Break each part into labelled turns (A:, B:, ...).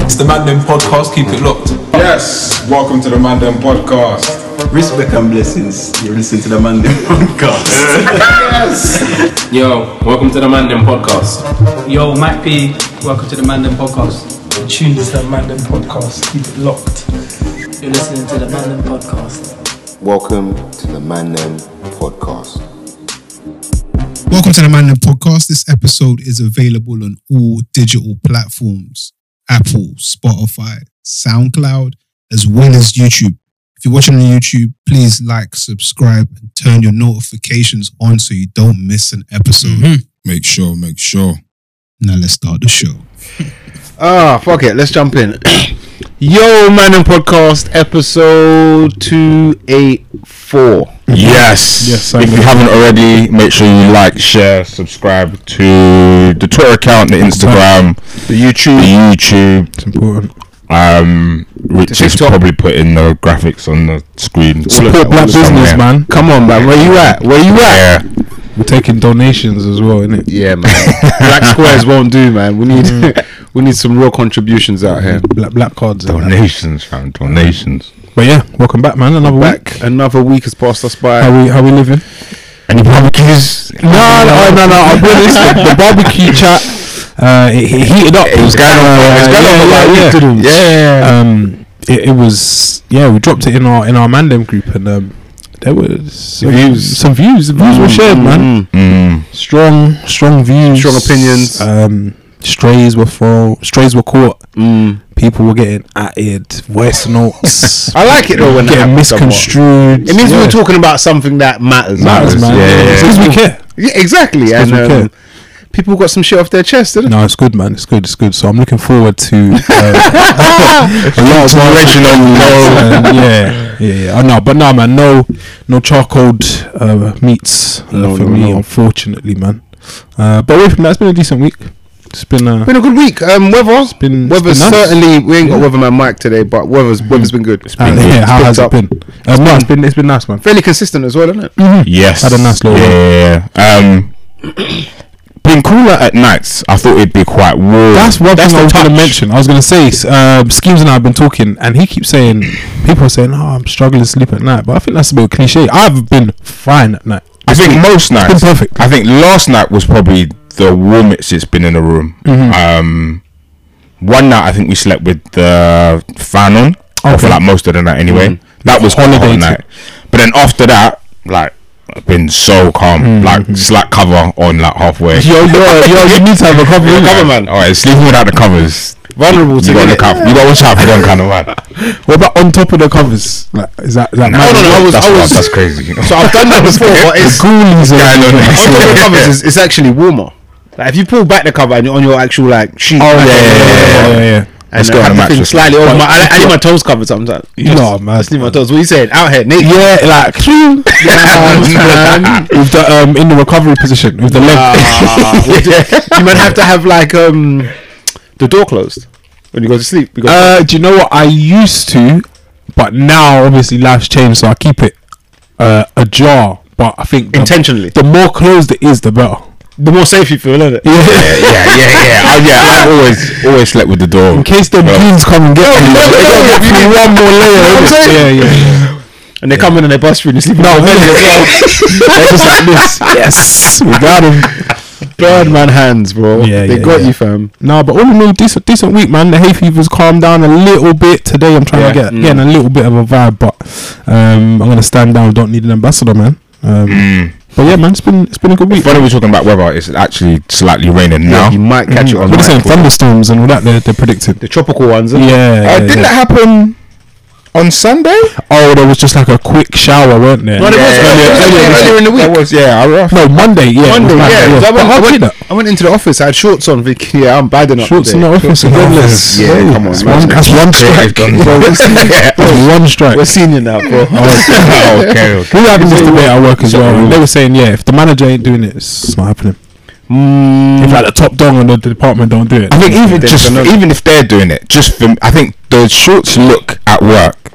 A: It's the Mandem podcast. Keep it locked.
B: Yes, welcome to the Mandem podcast.
C: Respect and blessings. You're listening to the Monday podcast.
B: Yes,
D: Yo, welcome to the Mandem podcast.
E: Yo, Mike P, welcome to the Mandem Podcast.
F: Tune to the Mandem podcast. Keep it locked.
E: You're listening to the Mandem Podcast.
G: Welcome to the Man Them Podcast.
H: Welcome to the Mandem Podcast. This episode is available on all digital platforms Apple, Spotify, SoundCloud, as well as YouTube. If you're watching on YouTube, please like, subscribe, and turn your notifications on so you don't miss an episode.
I: Mm-hmm.
J: Make sure, make sure.
H: Now let's start the show.
J: Ah, fuck it. Let's jump in. Yo, Man and Podcast, episode 284. Yes. Yes, If you haven't already, make sure you like, share, subscribe to the Twitter account, the Instagram, the YouTube. The YouTube. It's important. Um, which is probably putting the graphics on the screen. Support black business, man. Come on, man. Where you at? Where you at? Yeah.
I: We're taking donations as well, innit?
J: Yeah, man. Black squares won't do, man. We need we need some real contributions out here.
I: Mm. Black, black cards. and that.
J: Donations, fam. Donations.
I: But yeah, welcome back, man. Another
J: Back
I: week.
J: another week has passed us by.
I: How we how we living?
J: Any barbecues? No, no, no, no. I'll be honest. The, the barbecue chat.
I: Uh, it, it heated up. Uh,
J: It was going on. for- it was going on for like a week, didn't it?
I: yeah,
J: yeah. yeah.
I: Um, it, it was yeah. We dropped it in our in our Mandem group, and um, there was some
J: views.
I: Some views. The views were shared, man.
J: Mm.
I: Strong, strong views.
J: Strong opinions.
I: Um, strays were thrown. Strays were caught.
J: Mm.
I: People were getting at it. Voice notes.
J: I like it though when that
I: getting
J: happens somewhat.
I: misconstrued.
J: It means we
I: Yeah.
J: we're talking about something that matters.
I: matters, man.
J: Yeah, yeah,
I: It's
J: yeah.
I: 'cause we care.
J: Yeah, exactly.
I: It's 'cause
J: And
I: we care.
J: um, people got some shit off their chest, didn't
I: No, it's good, man. It's good. It's good. So I'm looking forward to uh,
J: they? A lot of original.
I: uh, yeah, yeah, yeah. I know, but no, man. No, no charcoaled uh, meats uh,
J: No,
I: for
J: no,
I: me,
J: no.
I: unfortunately, man. Uh, but away from that, it's been a decent week. It's been, uh,
J: Been a good week. Um, weather.
I: been- it's
J: weather's
I: been nice.
J: certainly. We ain't got
I: Yeah.
J: weatherman Mike today, but weather's weather's been good. It's
I: uh,
J: been,
I: yeah, how has
J: picked
I: it been?
J: up.
I: Uh, no, it's been it's been nice, man.
J: Fairly consistent as well, isn't it?
K: Yes.
I: Had a nice little
K: yeah, yeah, yeah. Um, been cooler at nights. I thought it'd be quite warm.
I: That's one thing I was going to mention. I was going to say, s- um, Schemes and I have been talking, and he keeps saying people are saying, "Oh, I'm struggling to sleep at night," but I think that's a bit cliche. I've been fine at night.
K: I think most nights.
I: perfect.
K: I think last night was probably the warmest it's been in a room. Um, one night I think we slept with the fan on or for
I: Okay.
K: like most of the night anyway. That was
I: Holiday
K: holiday
I: too.
K: night. But then after that, like. I've been so calm, like slack cover on like halfway.
I: Yo, yo, yo, you need to have a cover.
K: Yeah,
I: innit?
K: man. All right, sleeping without the covers.
J: Vulnerable to
K: You got
J: get
K: to
J: it.
K: look out. You got to watch out for them kind of man.
I: What about on top of the covers? Like, is that is that?
K: No, no, no. I was, that's,
J: I was-
K: that's crazy.
J: So I've done that before, but it's
I: Ghoulies are-
K: Yeah, I know that.
J: on top of the covers is it's actually warmer. Like if you pull back the cover and you're on your actual like sheet,
I: Oh yeah,
J: like,
I: yeah, yeah, yeah, yeah.
J: and
K: Let's go
J: uh,
K: on
J: have
K: the
J: the thing
K: mattress.
J: slightly over. My, I, I need my toes covered sometimes.
I: You know, man.
J: Just need my toes. What you saying? Out here, naked.
I: Yeah, like
J: man.
I: with the um in the recovery position with the leg.
J: you might have to have like um the door closed when you go to sleep. Because
I: Uh, do you know what I used to, but now obviously life's changed, so I keep it uh, ajar. But I think the,
J: intentionally,
I: the more closed it is, the better.
J: the more safe you feel, isn't it?
I: Yeah.
K: yeah, yeah, yeah. Oh, yeah. I always, always slept with the door.
I: In case the
K: Well,
I: beans come and get you,
J: no, no,
I: you
J: you-
I: got one more layer.
J: I'm
I: innit?
J: saying.
I: yeah, yeah.
J: And they come in and they bust through and you sleep. No,
I: They're just like this. Yes, we got him.
J: Birdman hands, bro.
I: Yeah,
J: they
I: yeah,
J: got
I: yeah.
J: you, fam.
I: No, but all in all, decent, decent week, man. The hay fever's calmed down a little bit today. I'm trying to
J: Mm.
I: get getting a little bit of a vibe, but um, I'm gonna stand down. Don't need an ambassador, man. Um,
J: Mm.
I: But yeah, man, it's been it's been a good week.
K: Funny we're talking about weather. It's actually slightly raining now. Mm.
J: You might catch it on
I: What are they saying?
J: like,
I: Thunderstorms and all that they're, they're predicted.
J: the tropical ones.
I: Yeah,
J: innit?
K: Uh,
I: yeah,
K: didn't
I: yeah.
K: that happen on Sunday?
I: oh, there was just like a quick shower, weren't there?
J: No, there was- there was
K: earlier,
J: earlier- earlier in the week.
K: That was, yeah. I rough.
I: No, Monday. Yeah, it was
J: Monday,
I: like-
J: yeah. 'cause I,
I: But
J: went, I,
I: how did
J: went,
I: that?
J: I went into the office. I had shorts on, Vic. Yeah, I'm bad enough.
I: Shorts in the
J: today.
I: office. Goodness.
J: Yeah,
I: Hey,
J: come on,
I: that's
J: man.
I: "Oh, one- That's one strike. Bro, that's- that's One strike.
J: We're senior now, bro.
K: Oh, okay, okay.
I: We were having this debate at work as well. and They were saying, yeah, if the manager ain't doing it, it's not happening.
J: Mm.
I: If like the top dog on the department don't do it,
K: I think even just even if they're doing it, just for, I think the shorts look at work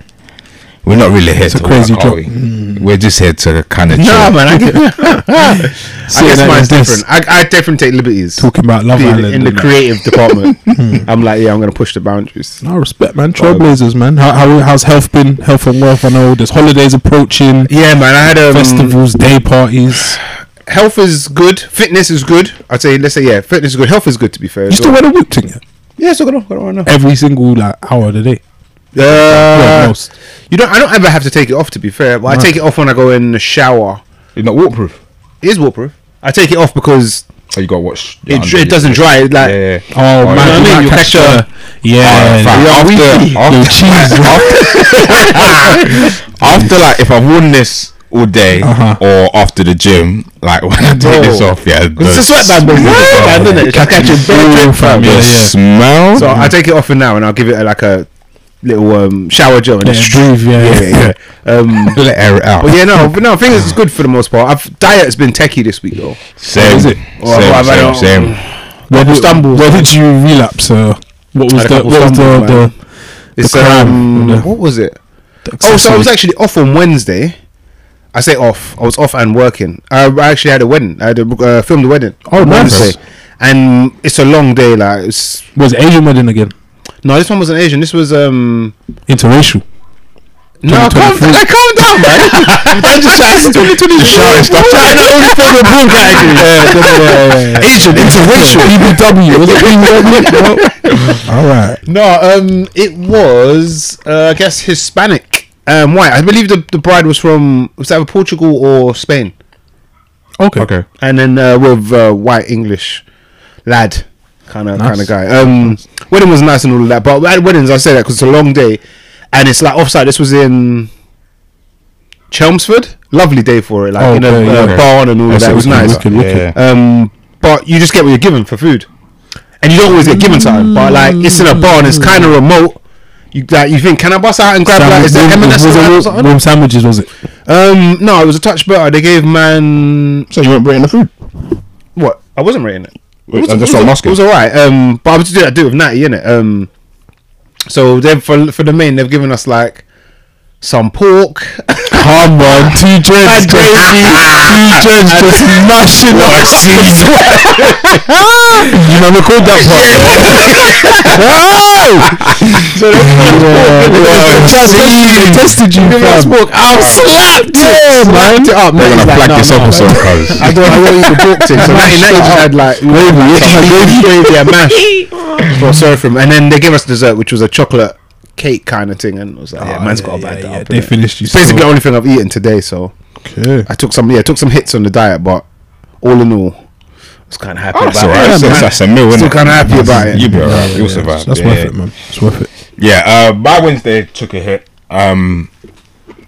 K: We're not really here to
I: crazy
K: work, are
I: job.
K: we? We're just here to kind of.
J: Nah, man, I get. I
I: Seeing
J: guess
I: that
J: mine's
I: it's this.
J: different. I, I definitely take liberties.
I: Talking about Love
J: Being
I: Island
J: in the
I: and that.
J: creative department, I'm like, yeah, I'm gonna push the boundaries.
I: No respect, man. Trailblazers, man. How, how, how's health been? Health and wealth. I know there's holidays approaching,
J: Yeah, man. I had um, a
I: festivals, day parties.
J: Health is good. Fitness is good. I'd say, let's say, yeah, fitness is good. Health is good. To be fair,
I: You
J: as
I: still
J: well.
I: wear the whip thing yeah?
J: yeah, still got to know.
I: every single like hour of the day. Well,
J: Uh,
I: most.
J: you don't. I don't ever have to take it off. To be fair, but I take it off when I go in the shower.
K: You're not waterproof.
J: It is waterproof. I take it off because
K: Oh, you gotta watch.
J: it, dr- it doesn't dry. Like,
K: Yeah, yeah.
I: Oh, man,
J: know what I
I: you
J: mean?
I: might
J: You
I: catch
J: catch a-
I: the- yeah,
K: Fam,
J: Yeah, we-
I: Yo,
K: after,
I: cheese, bro.
K: after, after, like, if I've worn this all day
I: Uh-huh.
K: or after the gym, like when I take this
J: Bro.
K: off, yeah, the,
J: It's a sweatband, bro. It's a sweatband, isn't it? It's like catching
I: Ooh,
J: bare
I: fam,
K: the
I: yeah, yeah.
K: smell.
J: So I take it off for now, and I'll give it a, like a little um, shower gel and
I: Let
J: just
I: it breathe, yeah,
J: yeah, yeah. Um,
K: Let it air it out.
J: but yeah, no, but no, things is it's good for the most part. I've diet's been techie this week though.
K: Same,
I: is it?
J: Well, I've
K: same,
J: had
K: same, same.
J: a-
I: Where
J: Couple
I: did,
J: stumbles.
I: Where did you relapse? Uh, what was
J: Had a
I: the
J: couple
I: what was the,
J: stumbles, man.
I: the,
J: It's
I: crime,
J: um,
I: yeah.
J: what was it?
I: the
J: Oh, so I was
I: accessory?
J: actually off on Wednesday. I say off. I was off and working. I I actually had a wedding. I had a, uh, filmed a wedding.
I: Oh,
J: on
I: nice.
J: Wednesday. And it's a long day. Like it's,
I: was it Asian wedding again?
J: no, this one wasn't Asian. This was um.
I: Interracial.
J: No, calm,
I: 2023.
J: like, calm down, man. Don't just shout. It's 2023.
K: shouting stuff.
J: Shout out only for the blue category.
I: Asian interracial. BBW. Was it BBW? No. All right.
J: No, um, it was uh, I guess Hispanic. Um, white. I believe the, the bride was from was either Portugal or Spain,
I: Okay.
K: Okay.
J: and then uh, with uh, white English lad, kind of
I: Nice.
J: kind of guy. Um, wedding was nice and all of that, but at weddings I say that because it's a long day, and it's like offsite. This was in Chelmsford. Lovely day for it, like in a
I: Oh, Okay,
J: uh,
I: yeah.
J: barn and all of that. It was nice.
I: Wicked, wicked.
K: Yeah.
J: Um, but you just get what you're given for food, and you don't always get given time. But like, it's in a barn, it's kind
I: Mm.
J: of remote. You like, you think, can I bust out and grab like, is there
I: Sandwich-
J: M&S
I: was
J: around or
I: it warm-
J: something?
I: warm sandwiches? Was it?
J: Um, no, it was a touch better. They gave man
K: So you weren't bringing the food.
J: what? I wasn't rating it. It
K: Wait,
J: was,
K: uh,
J: it
K: that's
J: was,
K: what I'm
J: it
K: asking.
J: was alright. Um, but I was doing I do it with Natty in it. Um, so then for for the main, they've given us like some pork.
I: Come on, two dreads.
J: That's crazy.
I: Two dreads just mashing up. you know, record that part. no!
J: so
I: Just easy. tested you,
J: Give us
I: fam.
J: pork. I slapped it, man. It up,
K: They're gonna
J: man. He's like,
K: flag
J: "No,
K: this
J: no, man."
K: episode, cuz.
J: I don't, I don't eat the pork thing. So that, that you just had like gravy, gravy and mash. Well, sorry from, and then they gave us dessert, which was a chocolate cake kind of thing, and it was like, yeah, man's got a bad
I: yeah,
J: diet.
I: They finished you.
J: It's basically the only thing I've eaten today, so
I: Okay.
J: I took some, yeah, I took some hits on the diet, but all in all, I was kind of happy
K: Oh,
J: about
K: that's
J: it.
K: alright. That's,
J: Yeah, man.
K: that's a meal, isn't
J: Still
K: it?
J: Ah, kinda happy about it.
K: You'll be alright. You'll survive.
I: That's
K: yeah.
I: worth it, man. It's worth it.
K: Yeah, uh, by Wednesday took a hit um,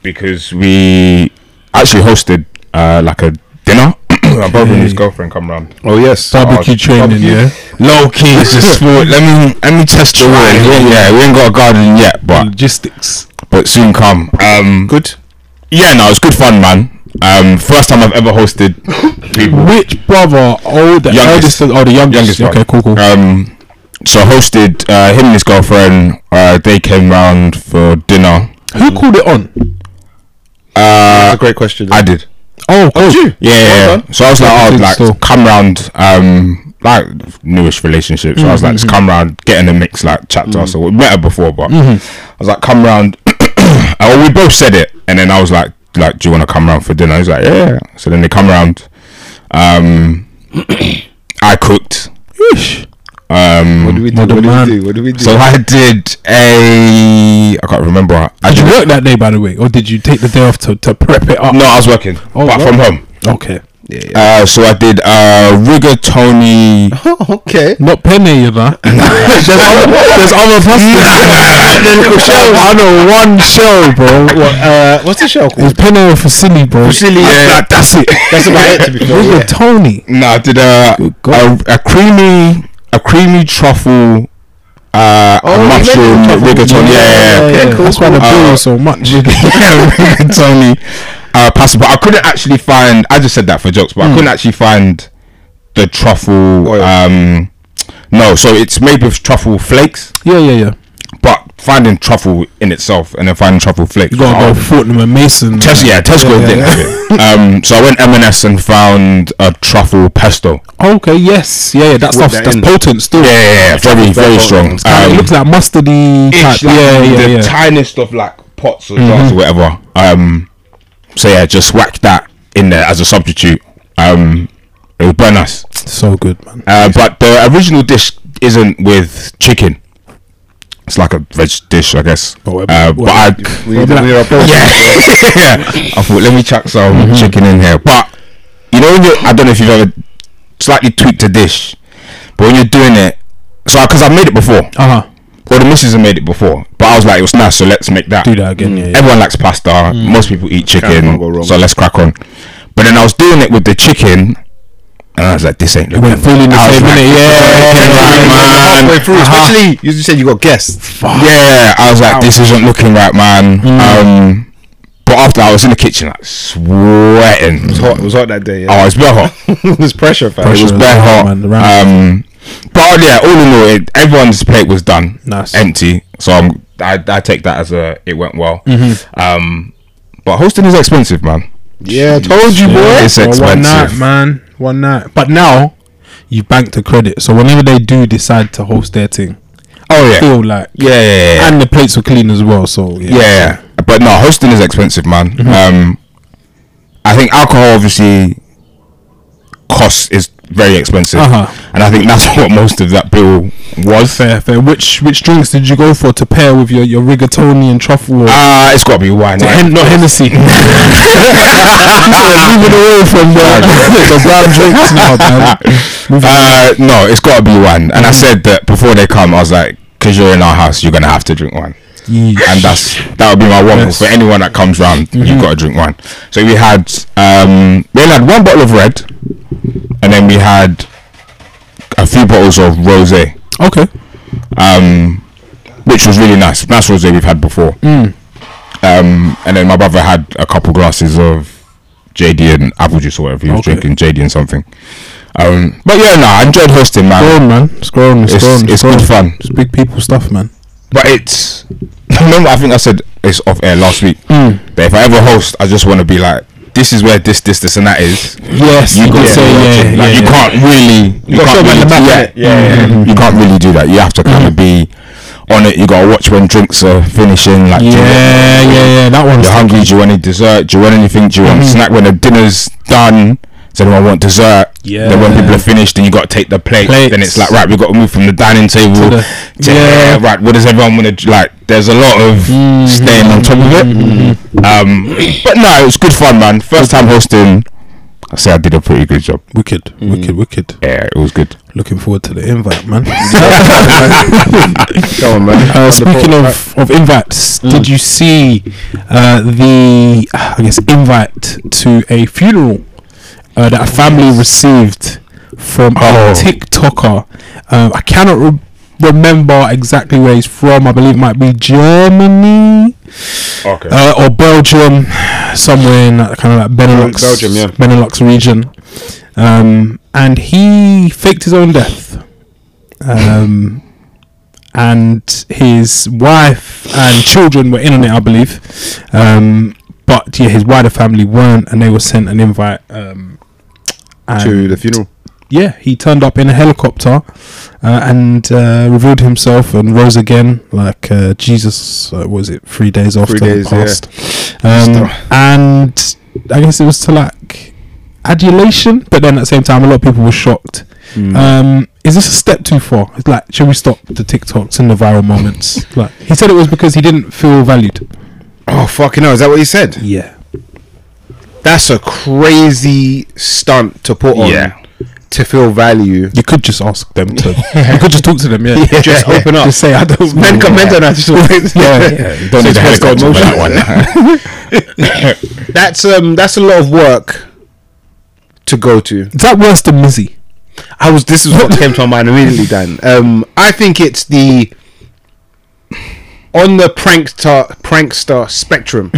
K: because we actually hosted uh, like a dinner. My brother and his girlfriend come round.
J: Oh yes,
I: Barbecue training, yeah.
K: Low key, it's a sport. let me let me test your wine. Yeah, we ain't got a garden yet,
I: Mm.
K: but
I: Logistics.
K: but soon come. Um,
J: good.
K: yeah, no, it's good fun, man. Um, first time I've ever hosted people.
I: Which brother? Oh, the
K: Youngest.
I: eldest. Oh, the youngest.
K: Youngest
I: okay,
K: one.
I: cool, cool.
K: Um, so hosted uh, him and his girlfriend. Uh, they came round for dinner.
I: Who called it on?
K: Uh,
J: That's a great question.
K: I did.
I: Oh, cool.
K: Yeah, yeah, yeah. So I was like, oh,
I: Everything's
K: like
I: still-
K: come round, um, like newish relationships. So I was like, just come round, get in the mix, like chapter. So we met her before, but I was like, come round. oh, we both said it, and then I was like, like, do you want to come round for dinner? He's like, yeah. So then they come round. Um, I cooked.
J: what do we do?
I: Modern
J: What do
I: man.
J: we do? What do we do?
K: So I did a. I can't remember. I
I: Did you
K: did,
I: work that day, by the way, or did you take the day off to, to prep it up?
K: no, I was working,
I: Oh,
K: but
I: wow.
K: from home.
I: Okay.
K: Uh, so I did uh, rigatoni.
J: okay.
I: Not penne, you know. there's other, there's other pastas.
J: The little shell.
I: I know one shell, bro. What?
J: Uh, what's the show called?
I: It's penne or fusilli, bro.
J: Fusilli,
I: That's
K: yeah.
I: like- that's it.
J: That's about it. To be fair, yeah.
I: Rigatoni.
K: No, I did a a,
I: God.
K: a creamy a creamy truffle uh
J: Oh, you
K: a
J: made it
K: mushroom
J: truffle.
K: rigatoni. Yeah, yeah, yeah.
J: yeah, cool.
I: That's why the
K: Uh,
I: bill is so much.
K: rigatoni uh pasta. But I couldn't actually find. I just said that for jokes,
I: Hmm.
K: but I couldn't actually find the truffle.
J: Oil.
K: Um, no, so it's made with truffle flakes,
I: Yeah, yeah, yeah.
K: but finding truffle in itself and then finding truffle flakes.
I: You gotta go Fortnum and Mason.
K: Tes- yeah, Tesco
I: Yeah,
K: did
I: yeah,
K: have it. Um, so I went M&S and found a truffle pesto.
I: Okay, yes, yeah, yeah. That
J: Whip
I: stuff
J: that
I: that's
J: in.
I: potent still.
K: Yeah, yeah, yeah, very, very strong.
I: Kinda- it
K: Um,
I: looks like mustardy. Type.
K: ish, like,
I: yeah, yeah,
K: the
I: yeah.
K: tiniest of like pots or jars or whatever. Um, so yeah, just whack that in there as a substitute. Um, it was burn us.
I: so good, man.
K: Uh, but the original dish isn't with chicken. It's like a veg dish, I guess.
I: But we're-
K: uh, but
I: we're-
K: I,
J: We we are
K: yeah, yeah. I thought let me chuck some chicken in here. But you know, when you I don't know if you've ever slightly tweaked a dish, but when you're doing it, so because I've made it before,
I: Uh huh.
K: or the missus have made it before, but I was like, it was nice, so let's make that.
I: Do that again. Yeah, Mm. yeah.
K: Everyone likes pasta. Most people eat chicken,
J: Can't go wrong.
K: so let's crack on. But then I was doing it with the chicken, and I was like, this ain't looking.
I: We're feeling the
K: I was
I: same,
K: like,
I: innit?
K: "Right, man."
J: halfway through,
K: Uh-huh.
J: especially you said you got guests.
K: Yeah, I was like, this isn't looking right, man.
I: Mm.
K: Um, but after I was in the kitchen, like sweating.
J: It was hot. It was hot that day.
K: Oh,
J: Yeah.
K: it's bare hot.
J: it was pressure, fam.
K: It was
I: Pressure
K: bare
I: as
K: hot.
I: well, man, around.
K: Um, but yeah, all in all, it, everyone's plate was done,
I: Nice.
K: empty. So I'm, I, I take that as a it went well.
I: Mm-hmm.
K: Um, but hosting is expensive, man.
J: Yeah, told you, boy.
K: It's
I: Well, one night,
K: expensive.
I: man. One night. But now you bank the credit. So whenever they do decide to host their thing,
K: oh yeah.
I: feel like
K: yeah, yeah, yeah.
I: and the plates were clean as well. So yeah.
K: yeah. But no, hosting is expensive, man.
I: Mm-hmm.
K: Um, I think alcohol obviously cost is very expensive,
I: Uh-huh.
K: and I think that's what most of that bill was.
I: Fair, fair. Which which drinks did you go for to pair with your, your rigatoni and truffle? Or
K: Uh, it's got to be wine. right?
I: Hen- not Hennessy. you are moving away from the, the brown drinks now, man. Moving away.
K: Uh, no, it's got to be wine. And I said that before they come, I was like, because you're in our house, you're gonna have to drink wine.
I: Yeah.
K: and that's that would be my one rule
I: Yes. Mm-hmm.
K: for anyone that comes round. You've got to drink wine. So we had um, we only had one bottle of red, and then we had a few bottles of rosé,
I: Okay.
K: um, which was really nice. Nice rosé we've had before.
I: Mm.
K: Um, and then my brother had a couple glasses of JD and apple juice or whatever he was
I: Okay.
K: drinking, JD and something. Um, but yeah, no, I enjoyed hosting, man.
I: Grown man. It's grown. It's,
K: It's,
I: grown.
K: it's good fun.
I: It's big people stuff, man.
K: But it's remember I think I said it's off air last week.
I: Mm.
K: But if I ever host, I just want to be like, this is where this, this, this, and that is.
I: Yes, you
K: gotta
I: could say
K: watch
I: yeah,
K: it.
I: yeah,
K: like you
I: yeah.
K: can't really, you,
J: gotta
K: can't
J: show 'em at
K: really,
J: the back,
K: yeah,
J: innit? Yeah,
K: yeah, you can't really do that. You have to
I: Mm.
K: kind of be on it. You gotta watch when drinks are finishing. Like, do you
I: Yeah,
K: want-
I: yeah, yeah. That one's
K: you're hungry. Do you want any dessert? Do you want anything? Do you want
I: Mm-hmm.
K: snack when the dinner's done? Does anyone want dessert?
I: Yeah.
K: Then when people are finished, then you got to take the plate. Then it's
I: Plates.
K: like right, we got to move from the dining table.
I: To the-
K: to- uh,
I: Yeah. Mm-hmm.
K: Right. What does everyone want to like? There's a lot of staying on top of it. Um, but no, it was good fun, man. First time hosting. I say I did a pretty good job.
I: wicked, wicked, wicked.
K: Yeah, it was good.
I: Looking forward to the invite, man.
J: Go on, man.
I: Uh, speaking of, of invites,
J: Mm.
I: did you see uh, the ah, I guess invite to a funeral uh, that a family received from
K: Oh.
I: a TikToker? Um, I cannot re- remember exactly where he's from. I believe it might be Germany
K: Okay.
I: uh, or Belgium, somewhere in that kind of like Benelux,
J: Belgium, yeah.
I: Benelux region. Um, and he faked his own death. Um, and his wife and children were in on it, I believe. Um, but yeah, his wider family weren't, and they were sent an invite. Um, and
J: to the funeral.
I: yeah, he turned up in a helicopter uh, and uh, revealed himself and rose again, like uh, Jesus. Uh, was it three days after
J: days,
I: he
J: yeah.
I: passed? Um, and I guess it was to like adulation, but then at the same time, a lot of people were shocked. Um, is this a step too far? It's like, should we stop the TikToks and the viral moments? like, he said it was because he didn't feel valued.
J: Oh fucking hell! Is that what he said?
I: Yeah.
J: That's a crazy stunt to put on.
K: Yeah.
J: To feel value.
I: You could just ask them to. you could just talk to them. Yeah.
J: Just open up.
I: Just say I don't.
J: Men come men don't have to talk.
I: Yeah, yeah.
K: Don't need a helicopter for that one.
J: That's um. That's a lot of work to go to.
I: Is that worse than Mizzy?
J: I was. This is what came to my mind immediately, Dan. Um, I think it's the on the prankster prankster spectrum.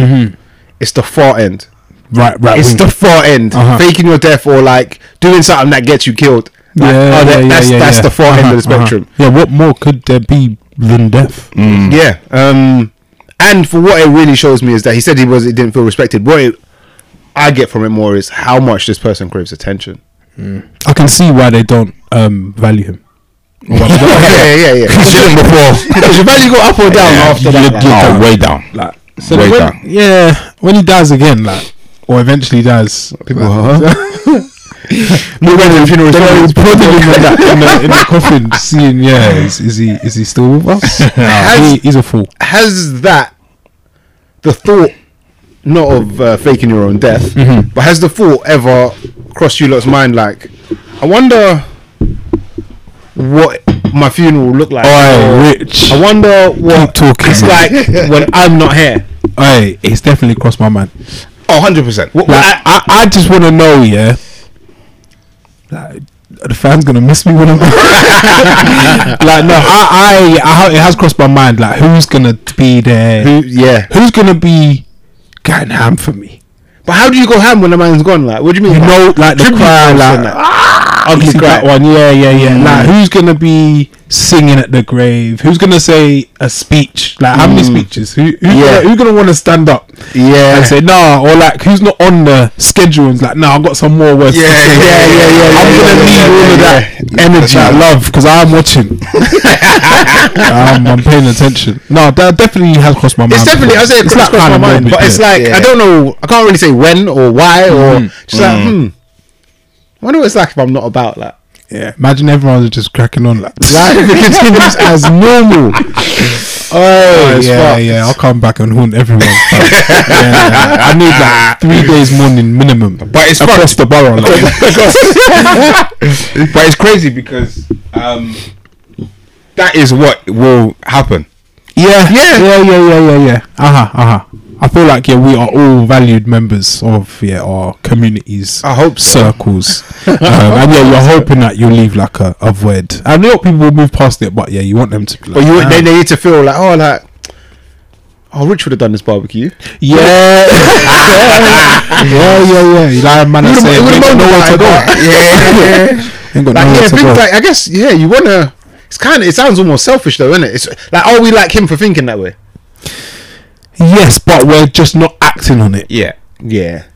J: It's the far end.
I: Right, right.
J: It's
I: Mm-hmm. wing.
J: the far end.
I: Uh-huh.
J: Faking your death or like doing something that gets you killed. Like,
I: yeah,
J: oh, that-
I: yeah,
J: that's
I: yeah,
J: that's
I: yeah.
J: the far end
I: Uh-huh,
J: of the spectrum.
I: uh-huh. Yeah, what more could there be than death.
J: Mm. Yeah. Um, and for what it really shows me is that he said he was he didn't feel respected. What it, I get from it more is how much this person craves attention.
I: I can see why they don't um, value him.
J: yeah, yeah, yeah.
K: You didn't before.
J: Does your value go up or down after that?
K: You-
J: Like,
K: oh, way down.
I: Like, so
K: Way
I: when,
K: down.
I: yeah, when he dies again, like, or eventually dies, uh-huh. people are like,
J: we went to the funeral.
I: they're
J: service.
I: like prodding him in the, in the, in the coffin, seeing, yeah, is, is he is he still with us? Nah, he, he's a fool.
J: has that the thought not of uh, faking your own death
I: Mm-hmm.
J: but has the thought ever crossed you lot's mind like i wonder what my funeral will look like Or,
I: Oi, Rich.
J: Oh. i wonder what
I: talking.
J: it's like when i'm not here
I: Oi, it's definitely crossed my mind.
J: oh 100%
I: Like,
J: what, what-
I: I, I just want to know, yeah. Like, are the fans gonna miss me when I'm like, no, I, I, I, ha- it has crossed my mind. Like, who's gonna be there?
J: who, yeah
I: Who's gonna be going ham for me?
J: but how do you go ham when the man's gone like what do you mean
I: You know, like the
J: Tribute
I: crowd,
J: songs and
I: like
J: that.
I: ah,
J: Ugly
I: you see
J: cry.
I: that one, yeah, yeah, yeah.
J: Mm.
I: Like, who's gonna be singing at the grave? Who's gonna say a speech? Like, how many speeches? Who, who,
J: Mm. Yeah.
I: gonna, who gonna want to stand up?
J: yeah
I: and say nah, or like who's not on the schedule and's like nah, I've got some more words. to
J: Yeah,
I: say."
J: yeah, yeah, yeah,
I: I'm
J: yeah,
I: gonna
J: yeah,
I: need
J: yeah,
I: all of
J: yeah,
I: that energy, that love, because I'm watching. Um, I'm, I'm paying attention. No, that definitely has crossed my mind.
J: It's definitely, I say it crossed my mind, but it's like I don't know. I can't really say when or why or
I: Mm-hmm.
J: just like hmm. I wonder what it's like if I'm not about like.
I: yeah. Imagine everyone's just cracking on like.
J: Life continues as normal. Oh,
I: Oh,
J: it's
I: yeah,
J: fucked.
I: yeah. I'll come back and haunt everyone. Yeah, yeah. I need like three days morning minimum.
K: But it's
I: across the borough, like,
K: but it's crazy because um, that is what will happen.
I: Yeah, yeah, yeah, yeah, yeah, yeah, yeah. Uh huh, uh huh. I feel like yeah, we are all valued members of yeah our communities. I hope circles, um, and yeah, you're hoping that you'll leave like a, a void. I know people will move past it, but yeah, you want them to. Be like,
J: But you
I: "Ah."
J: they, they need to feel like oh like oh Rich would have done this barbecue.
I: yeah, yeah, yeah, yeah. Like man, I
J: Would've-
I: say,
J: it would've
I: ain't got
J: been
I: nowhere to
J: like
I: go.
J: that. Yeah, yeah.
I: Ain't got
J: Like
I: nowhere
J: yeah,
I: to
J: things
I: go.
J: like I guess yeah, you wanna. It's kind of it sounds almost selfish though, isn't it? It's like are we like him for thinking that way?
I: yes, but we're just not acting on it.
J: Yeah, yeah.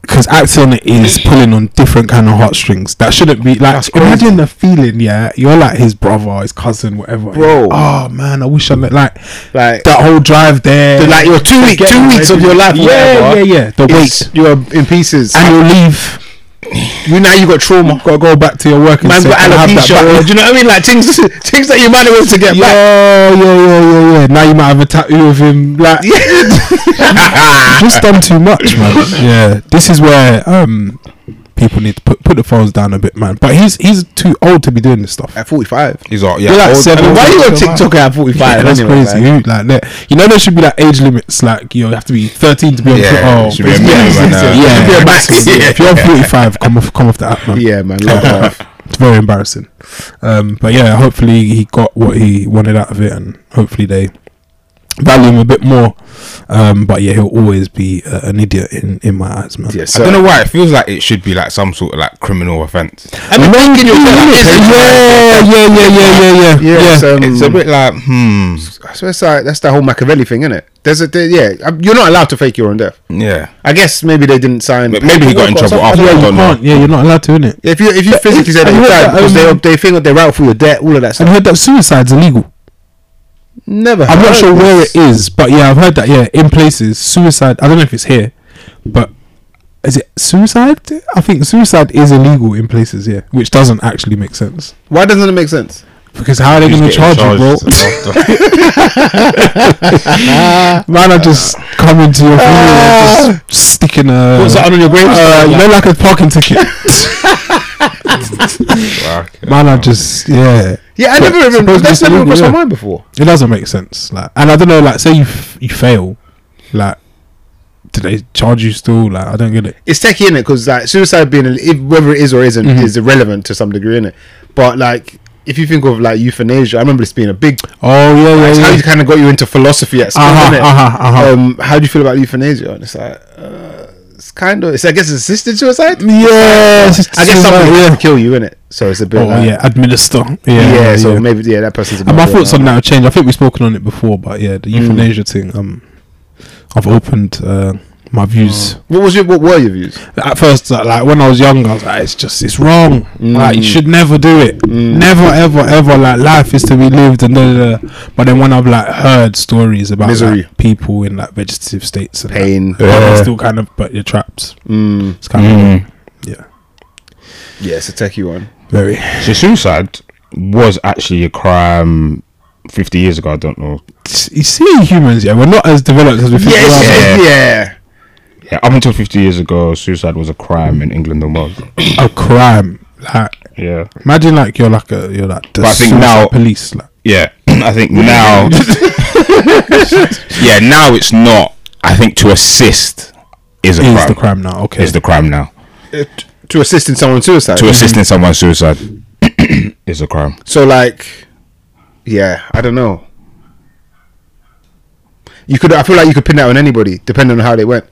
I: because acting on it is pulling on different kind of heartstrings that shouldn't be like imagine the feeling yeah you're like his brother his cousin whatever
J: Bro.
I: oh man i wish i met like
J: Like-
I: that whole drive there
J: So, like your two week, two
I: Forgetting
J: weeks of your life, or
I: yeah
J: whatever,
I: yeah yeah the
J: is-
I: wait
J: you're in pieces.
I: and you'll leave
J: you now you got trauma.
I: gotta go back to your work and
J: Man's
I: say,
J: got
I: "Can I have that
J: alopecia.
I: back?"
J: or- Do you know what I mean? Like things, things that you might have to get
I: yeah,
J: back.
I: yeah, yeah, yeah, yeah. Now you might have a tattoo of him. Like, just done too much, man. Yeah, this is where um people need to put put the phones down a bit, man. But he's he's too old to be doing this stuff.
J: At forty five.
K: He's like, yeah,
I: You're like
K: old-
I: seven.
J: Why you on TikTok at forty five?
I: Yeah, that's crazy. You, like that. You know there should be like age limits. Like you have to be 13 to be on.
K: Yeah,
I: Twitter. oh,
K: it should be a
I: yeah,
K: minimum
I: yeah,
K: and, uh,
I: yeah,
K: it should be a
I: yeah.
K: maximum.
I: Yeah, If you're 45, come off, come off the app, man.
J: Yeah, man. Love life.
I: It's very embarrassing. Um, but yeah, hopefully he got what he wanted out of it, and hopefully they value him a bit more. Um, but yeah, he'll always be uh, an idiot in, in my eyes, man.
J: Yes,
K: I
J: sir.
K: don't know why it feels like it should be like some sort of like criminal offense.
J: I mean, thinking
I: Yeah,
J: yourself, like, is it-
I: yeah, yeah, yeah, yeah, yeah, yeah.
J: Yeah, it's, um,
K: It's a bit like, hmm,
J: I swear it's like, that's the whole Machiavelli thing, isn't it? There's a there, yeah. um, You're not allowed to fake your own death.
K: yeah.
J: I guess maybe they didn't sign.
K: But maybe he got in trouble after.
I: Yeah,
K: I
I: you
K: don't know.
I: can't. Yeah, you're not allowed to, innit?
J: If you if you physically say that
I: Have
J: you
I: you heard
J: died
I: that,
J: because
I: um,
J: they they think that they're out for your debt, all of that
I: I've
J: stuff.
I: heard that suicide's illegal.
J: Never.
I: I'm not
J: heard
I: sure where
J: this.
I: it is, but yeah, I've heard that. Yeah, in places, suicide. I don't know if it's here, but is it suicide? I think suicide is illegal in places. Yeah, which doesn't actually make sense
J: Why doesn't it make sense?
I: because how are they going to charge you, bro? Man, I just come into your room and just sticking a
J: What's that Ah. on your
I: uh,
J: gravestone?
I: you know, like a parking ticket. Man, I just yeah.
J: Yeah, I
I: But
J: never even.
I: supposedly
J: That's
I: it's
J: never
I: illegal,
J: crossed my
I: yeah.
J: mind before.
I: It doesn't make sense. Like, and I don't know. Like, say you f- you fail, like, do they charge you still? Like, I don't get it.
J: it's techie in it because like suicide being a- if, whether it is or isn't is irrelevant to some degree in it but like if you think of like euthanasia i remember this being a big
I: Oh yeah,
J: like, it's how
I: yeah,
J: you
I: yeah.
J: kind of got you into philosophy at school
I: Uh-huh,
J: innit?
I: uh-huh, uh-huh.
J: Um, how do you feel about euthanasia and it's like uh, it's kind of. It's, I guess it's assisted suicide.
I: Yeah, assisted
J: I guess
I: suicide,
J: somebody
I: yeah.
J: yeah. kill you in it, so it's a bit.
I: Oh
J: like,
I: yeah, administer. Yeah,
J: yeah, So
I: yeah.
J: maybe yeah, that Mm. person's. a
I: And my
J: murderer.
I: thoughts on that have changed. I think we've spoken on it before, but yeah, the euthanasia thing. Um, I've opened uh, my views.
J: What was your what were your views?
I: At first, like, like, when I was younger, I was like, it's just it's wrong.
K: Mm.
I: Like you should never do it. Never, ever, ever. Like life is to be lived, and da, da, da. but then when I've like heard stories about
J: Misery.
I: like, people in like vegetative states and
J: Pain.
I: like, but
K: Yeah.
I: it's still kind of but you're trapped.
J: Mm.
I: It's kind
K: Mm.
I: of yeah,
J: Yeah, it's a techie one.
I: very
K: So suicide was actually a crime 50 years ago. I don't know.
I: you see humans, yeah, we're not as developed as we think. we are.
J: Yes,
K: Yeah.
J: yeah.
K: Yeah, up until 50 years ago, suicide was a crime in England and Wales.
I: A crime, like
K: Yeah.
I: imagine like you're like a you're like the
K: But I think
I: suicide
K: now-
I: police, like
K: Yeah, I think now. yeah, now it's not. I think to assist is a
I: is
K: crime.
I: the crime now. Okay,
K: Is the crime now
I: Uh,
J: It- to assist in someone's suicide.
K: to assist in someone's suicide is a crime.
J: so like, yeah, I don't know. You could. I feel like you could pin that on anybody, depending on how they went.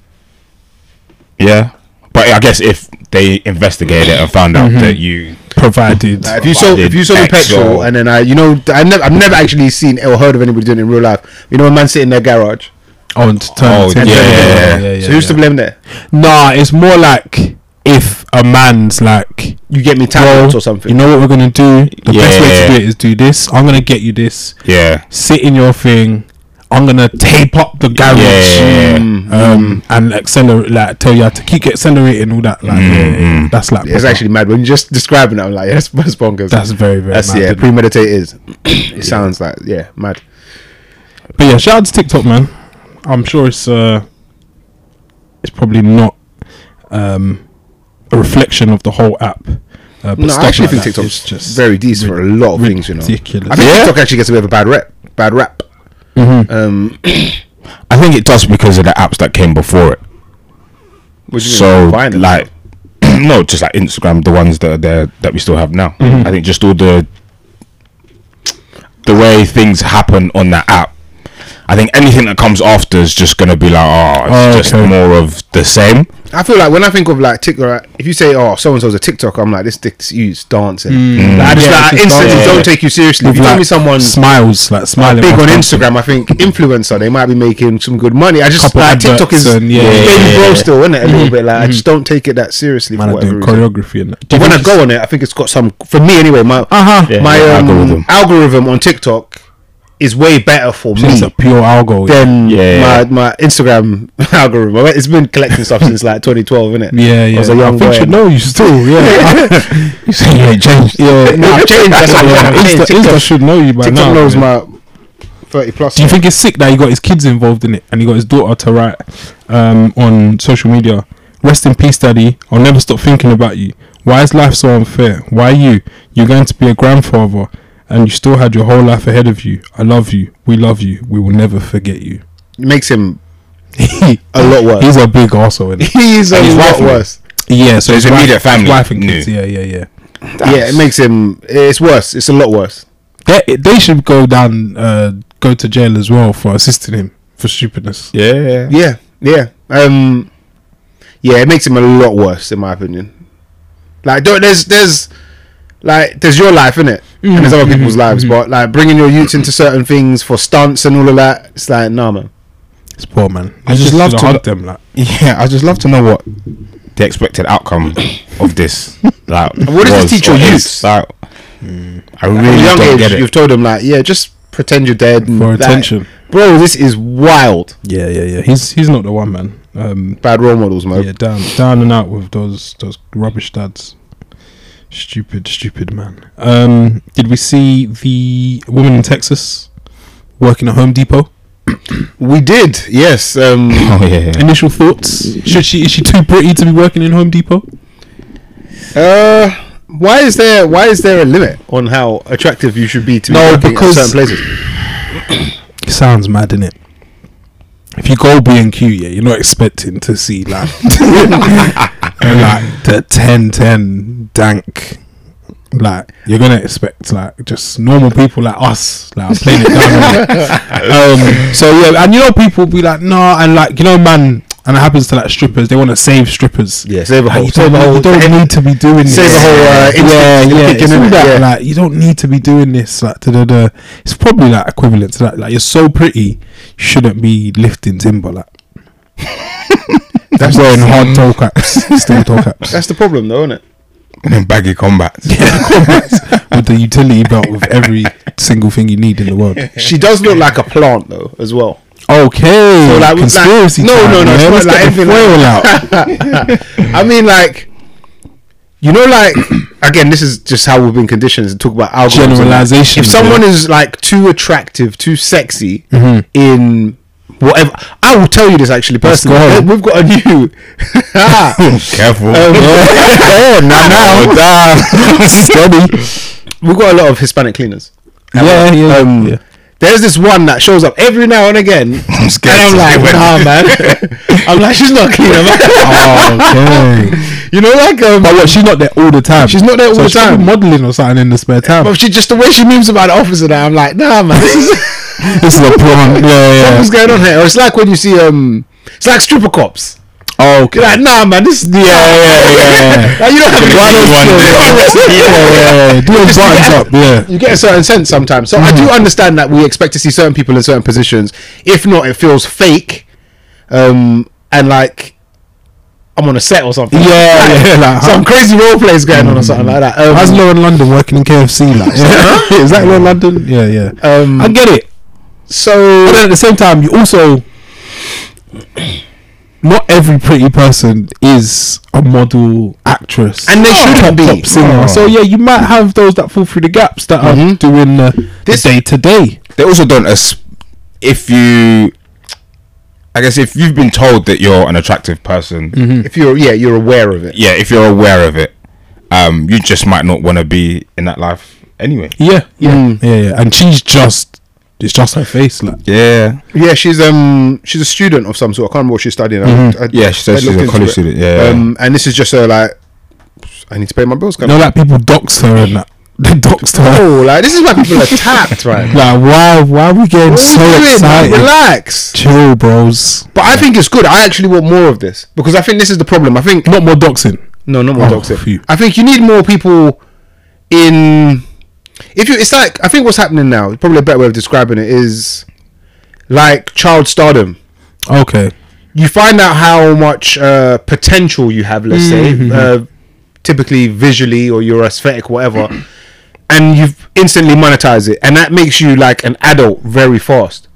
K: Yeah, but I guess if they investigated it and found out
I: Mm-hmm.
K: that you
I: provided.
J: Like, if you sold, if you sold me
K: X
J: petrol,
K: or-
J: and then I, you know, I never, I've never actually seen or heard of anybody doing it in real life. You know, a man sitting in their garage.
I: oh, and to turn
K: Oh,
I: turn-
K: yeah, yeah,
I: yeah, yeah,
J: so who's
I: yeah.
J: to blame there?
I: Nah, it's more like if a man's like,
J: You get me
I: bro,
J: tablets or something.
I: you know what we're gonna do? The best way to
K: Yeah.
I: do it is do this. I'm gonna get you this.
K: yeah,
I: Sit in your thing. I'm gonna tape up the garage
K: Yeah. Mm,
I: um, and accelerate. Like tell you how to keep accelerating all that.
K: Mm,
I: Like yeah, yeah, yeah. that's like
J: it's
I: proper.
J: actually mad when you're just describing it. I'm like, yes, that's bonkers.
I: that's very very.
J: That's
I: mad,
J: yeah,
I: isn't it?
J: premeditated. it sounds like yeah, mad.
I: But yeah, shout out to TikTok, man. I'm sure it's uh, it's probably not um, a reflection of the whole app. Uh, but
J: No,
I: stuff
J: I actually
I: like
J: think
I: that
J: TikTok's
I: is just
J: very decent for a lot of things. You know,
I: ridiculous.
J: I think
K: Yeah.
J: TikTok actually gets a bit of a bad rep. Bad rap. Um,
K: I think it does because of the apps that came before it.
J: what do you
K: so
J: mean, violent?
K: like no just like instagram the ones that are there that we still have now
J: Mm-hmm.
K: i think just all the the way things happen on that app i think anything that comes after is just gonna be like oh it's
I: Oh,
K: just
I: okay.
K: more of the same
J: I feel like when I think of like TikTok, if you say oh so and so's a TikTok, I'm like this dick's use dancing. Like, I just
I: Mm. Yeah,
J: like, I
I: it's just
J: instantly
I: dancing.
J: don't take you seriously. If you
I: Like,
J: tell me someone
I: smiles like smiling
J: big
I: while
J: on
I: dancing.
J: Instagram, I think influencer they might be making some good money. I just
I: Couple
J: like TikTok
I: adverts
J: is
I: and- yeah,
J: yeah,
I: yeah, yeah,
J: baby bro
I: yeah. Mm-hmm.
J: still in it a little bit. Like I just don't take it that seriously
I: Man
J: for
I: are
J: whatever
I: doing
J: reason.
I: choreography and that.
J: But when I go on it, I think it's got some for me anyway. My
I: Uh-huh. Yeah,
J: my
K: yeah,
J: um, algorithm.
K: algorithm.
J: on TikTok is way better for me
I: it's a pure algo.
J: than
K: Yeah.
J: my my Instagram algorithm. I went- It's been collecting stuff since like 2012, isn't it?
I: yeah, yeah.
J: I was a young
I: I think
J: boy.
I: you know you still. Yeah,
K: you say you ain't changed
I: yeah.
J: No, I've changed. That's what I'm
I: Yeah,
J: saying. I've
I: Insta,
J: changed.
I: Insta
J: TikTok-
I: should know you by
J: TikTok
I: now.
J: knows
I: man.
J: my 30 plus.
I: Do you think it's sick that he got his kids involved in it and he got his daughter to write um, on social media, Rest in peace, daddy. I'll never stop thinking about you. Why is life so unfair? Why you? You're going to be a grandfather and you still had your whole life ahead of you. I love you. We love you. We will never forget you.
J: it makes him
I: He's
J: a lot worse?
I: a big arsehole, innit?
J: He's a
K: his
J: lot
K: wife knew.
J: worse.
I: Yeah, so
K: his
I: wife-
K: immediate family
I: wife and
K: knew.
I: kids. Yeah, yeah, yeah.
J: Yeah, it makes him. It's worse. It's a lot worse.
I: They, they should go down, uh, go to jail as well for assisting him for stupidness.
K: yeah
J: Yeah, yeah. Um, yeah, it makes him a lot worse, in my opinion. Like, don't there's there's like there's your life in it, and there's other people's lives, but like bringing your youths into certain things for stunts and all of that, it's like nah, man.
I: It's poor man.
K: I
I: You
K: just love
I: should've
K: to
I: hugged
K: look-
I: them. Like,
K: yeah i just love to know what the expected outcome of this like
J: What does it
K: was
J: teach your
K: or is.
J: youths?
K: like, i
J: At
K: really
J: a young
K: don't
J: age,
K: get it
J: you've told him like, yeah, just pretend you're dead and,
I: For
J: like,
I: attention.
J: bro. This is wild.
I: yeah, yeah, yeah. He's he's not the one, man. Um,
J: Bad role models, man.
I: Yeah, down, down and out with those those rubbish dads. Stupid, stupid man. Um, did we see the woman in Texas working at Home Depot?
J: We did, yes. Um,
K: oh yeah, yeah.
I: Initial thoughts? Should she is she too pretty to be working in Home Depot?
J: uh, why is there why is there a limit on how attractive you should be to be
I: No,
J: working
I: because-
J: at certain places?
I: It sounds mad, innit? If you go B and Q, yeah, you're not expecting to see like, like the ten ten dank. Like you're gonna expect like just normal people like us, like I'm playing it down. innit? um, so yeah, and you know people be like, nah, and like you know, man, and it happens to like strippers. They want to save strippers.
J: Yeah, save a
I: Like,
J: whole-
I: You don't,
J: save a
I: you
J: whole-
I: don't need to be doing
J: save
I: this.
J: a whole, uh,
I: yeah,
J: instant
I: yeah,
J: kick
I: yeah,
J: and
I: it's
J: all
I: like
J: that,
I: that,
J: yeah.
I: Like you don't need to be doing this. Like da, da, da. it's probably like equivalent to that. Like you're so pretty, you shouldn't be lifting timber. Like that's wearing hard toe caps, steel toe caps.
J: That's the problem, though, isn't it?
K: baggy combats.
I: with the utility belt with every single thing you need in the world.
J: She does look like a plant, though, as well.
I: Okay,
J: So, like, with
I: conspiracy.
J: that- no,
I: time,
J: no, no, it's
I: man. Let's
J: not like
I: get the
J: anything like-
I: foil out.
J: I mean, like, you know, like again, this is just how we've been conditioned to talk about algorithms.
I: Generalizations,
J: If someone
I: yeah. Mm-hmm.
J: is like too attractive, too sexy in whatever, I will tell you this actually personally.
I: go.
J: We've got a new.
K: Careful.
J: um, we've got a lot of Hispanic cleaners.
I: Yeah, yeah,
J: Um,
I: yeah.
J: There's this one that shows up every now and again.
K: I'm scared.
J: And I'm
K: to say
J: like,
K: when-
J: nah, man. I'm like, she's not clean. I'm like,
I: okay.
J: you know, like, um,
I: But what? She's not there all the time.
J: She's not there all
I: So
J: the
I: she's probably
J: time.
I: Modeling or something in the spare time.
J: but she just the way she moves about the office and that, I'm like, nah, man. This is
I: this is a plan. Yeah,
J: what's
I: yeah.
J: going on here. Or it's like when you see, um, it's like stripper cops.
I: Oh, okay.
J: You're like, nah, man. This is
I: yeah,
J: yeah,
I: yeah, yeah.
J: like, you don't have
I: One
J: a
I: or two. yeah, yeah, yeah. Do your
J: Just
I: buttons
J: get-
I: up. Yeah.
J: You get a certain sense sometimes. So I
K: Mm-hmm.
J: do understand that we expect to see certain people in certain positions. If not, it feels fake. Um, and like I'm on a set or something.
I: Yeah, yeah,
K: uh-huh.
I: like,
J: Some crazy role plays going on or something like that. Um,
I: How's Lauren London working in KFC? Like, yeah. is that Lauren London? Yeah, yeah.
J: Um,
I: I get it. But
J: so
I: then at the same time, you also not every pretty person is a model, actress,
J: And they shouldn't
I: top,
J: be. Oh.
I: top singer.
J: No.
I: So yeah, you might have those that fall through the gaps that are doing the
J: Mm-hmm. This-
I: day to day.
K: they also don't as if you i guess if you've been told that you're an attractive person
J: if you're yeah you're aware of it.
K: yeah if you're aware of it um you just might not want to be in that life anyway
I: Yeah, yeah,
J: Mm.
I: yeah, yeah. And she's just it's just her face, like
K: yeah
J: Yeah, she's um she's a student of some sort. I can't remember what she's studying. I- I-
K: Mm-hmm. Yeah, she said
J: I
K: she's a
J: looked into
K: college
J: it.
K: student, yeah.
J: um, and this is just her like I need to pay my bills.
I: you
J: Kind
I: know,
J: of.
I: like people dox her and that they doxed her.
J: Oh, like this is why people are tapped, right?
I: Like why? Why are we getting
J: What are
I: so
J: you doing? man?
I: excited?
J: Relax.
I: Chill, bros.
J: But I think it's good. I actually want more of this because I think this is the problem. I think
I: Not more doxing.
J: no, not more
I: Oh,
J: dogs.
I: phew.
J: I think you need more people in. If you, it's like I think what's happening now. Probably a better way of describing it is like child stardom.
I: Okay.
J: You find out how much uh, potential you have. Let's say, uh, typically visually or your aesthetic, whatever, and you instantly monetize it, and that makes you like an adult very fast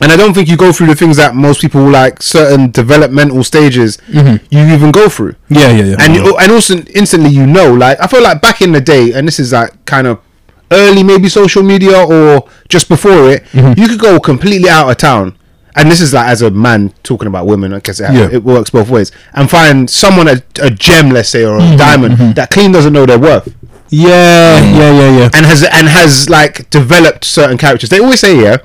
J: and I don't think you go through the things that most people like certain developmental stages you even go through.
I: Yeah, yeah, Mm. yeah.
J: And you, and also instantly you know, like I feel like back in the day, and this is like kind of early maybe social media or just before it,
I: Mm-hmm.
J: you could go completely out of town. And this is like as a man talking about women, I guess it,
I: Yeah.
J: it works both ways. And find someone a, a gem, let's say, or a
I: Mm-hmm.
J: diamond that clean doesn't know their worth
I: Yeah,
J: Mm.
I: yeah, yeah, yeah.
J: and has and has like developed certain characters. They always say yeah,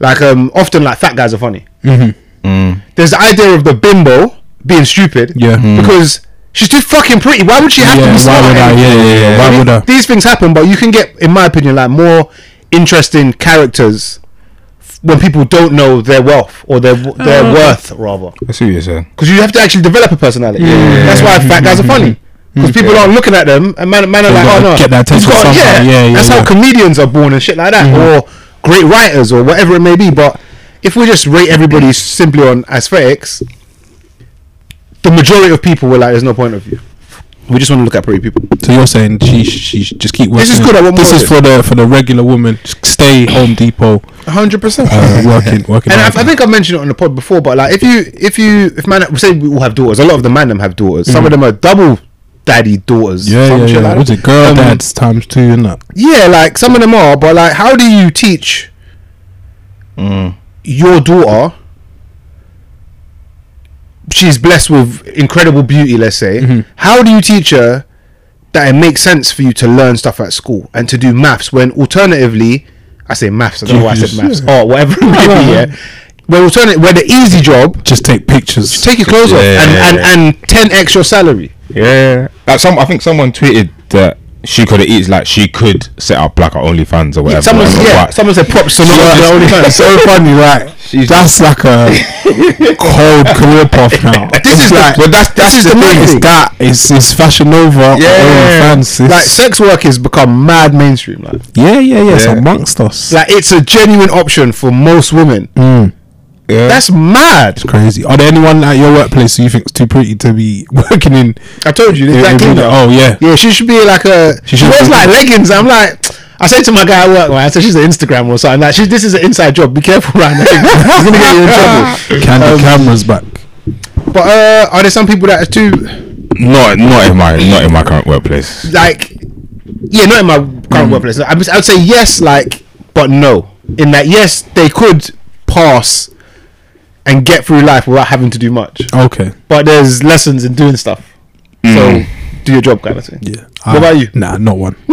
J: like um often like fat guys are funny. Mm-hmm. There's the idea of the bimbo being stupid.
I: Yeah. Mm.
J: because she's too fucking pretty. Why would she have to
I: Yeah,
J: be smart?
I: why would I?
J: anyway?
I: Yeah, yeah, yeah. Why would I?
J: These things happen, but you can get, in my opinion, like more interesting characters f- when people don't know their wealth or their their
I: Uh,
J: worth rather
K: i see what you're saying
J: because you have to actually develop a personality. That's why fat guys are
I: Mm-hmm.
J: funny. Because people aren't looking at them, and man, man are like,
I: gotta
J: oh no,
I: get that
J: He's
I: attention
J: got-
I: somehow.
J: yeah,
I: Yeah, yeah,
J: That's how
I: yeah. Mm-hmm.
J: comedians are born and shit like that, or great writers or whatever it may be. But if we just rate everybody simply on aesthetics, the majority of people were like, there's no point of view. We just want to look at pretty people.
I: So you're saying she she should just keep working.
J: This is good, I want
I: This
J: more
I: is
J: of
I: for the for the regular woman. Just stay Home Depot,
J: hundred percent.
I: uh, working working.
J: And I,
I: hard.
J: I think I mentioned it on the pod before, but like if you if you if man say we all have daughters, a lot of the man them have daughters. Some of them are double daddy daughters.
I: Mm. yeah,
J: some
I: yeah,
J: shit
I: yeah.
J: like
I: Was
J: that.
I: it girl
J: Um,
I: dads times two and that?
J: Yeah, like some of them are, but like, how do you teach Mm. your daughter? She's blessed with incredible beauty, let's say. How do you teach her that it makes sense for you to learn stuff at school and to do maths when alternatively, I say maths, I don't know why I said maths, or whatever it may be, yeah. When alternate, where the easy job,
I: Just take pictures.
J: take your clothes off
K: Yeah,
J: and,
K: yeah,
J: and, and 10x your salary.
K: yeah like some i think someone tweeted that she could have eats like she could set up like her OnlyFans or whatever.
J: someone,
K: whatever,
J: yeah,
K: but-
J: someone said props to
I: So,
J: not the only fans.
I: so funny, right? that's like a cold career path now.
J: This
I: It's
J: is the-
I: like,
J: but that's- that's
I: this is
J: the
I: the
J: thing.
I: thing. It's that it's, it's Fashion Nova.
J: Yeah,
I: fans. It's,
J: like sex work has become mad mainstream. Like,
I: yeah, yeah, yeah. It's
J: Yeah.
I: amongst us.
J: like it's a genuine option for most women.
K: yeah.
J: That's mad.
I: Crazy. Are there anyone at your workplace who you think's too pretty to be working in?
J: I told you,
I: in-
J: this black
I: in-
J: kid.
I: oh yeah.
J: Yeah, she should be like a.
I: She
J: She,
I: should
J: wears
I: be-
J: like leggings. I'm like, I said to my guy at work, man, I said she's an Instagram or something. Like, she's, this is an inside job. Be careful right now. it's gonna get you in trouble. Um,
I: Can the cameras back?
J: But uh, are there some people that are too
K: not not in my not in my current workplace.
J: like? Yeah, not in my current workplace. I would I would say yes, like, but no. In that, yes, they could pass and get through life without having to do much.
I: Okay.
J: But there's lessons in doing stuff.
I: Mm.
J: So do your job, kind of thing.
I: Yeah.
J: What about you?
I: Nah, not one.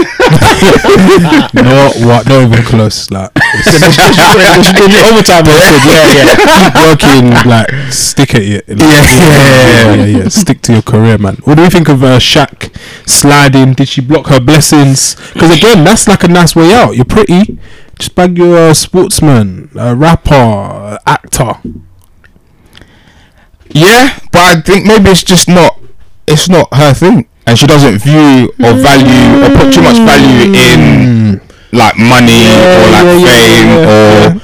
I: not what? Not even close. Like
J: overtime,
I: yeah, yeah. Keep working, like stick at it. Like, yeah, yeah, yeah, yeah. Stick to your career, man. What do we think of uh, Shaq sliding? Did she block her blessings? Because again, that's like a nice way out. You're pretty. Just bag your uh, sportsman, uh, rapper, actor.
K: Yeah, but I think maybe it's just not it's not her thing, and she doesn't view or value or put too much value in like money or like
I: yeah, yeah,
K: fame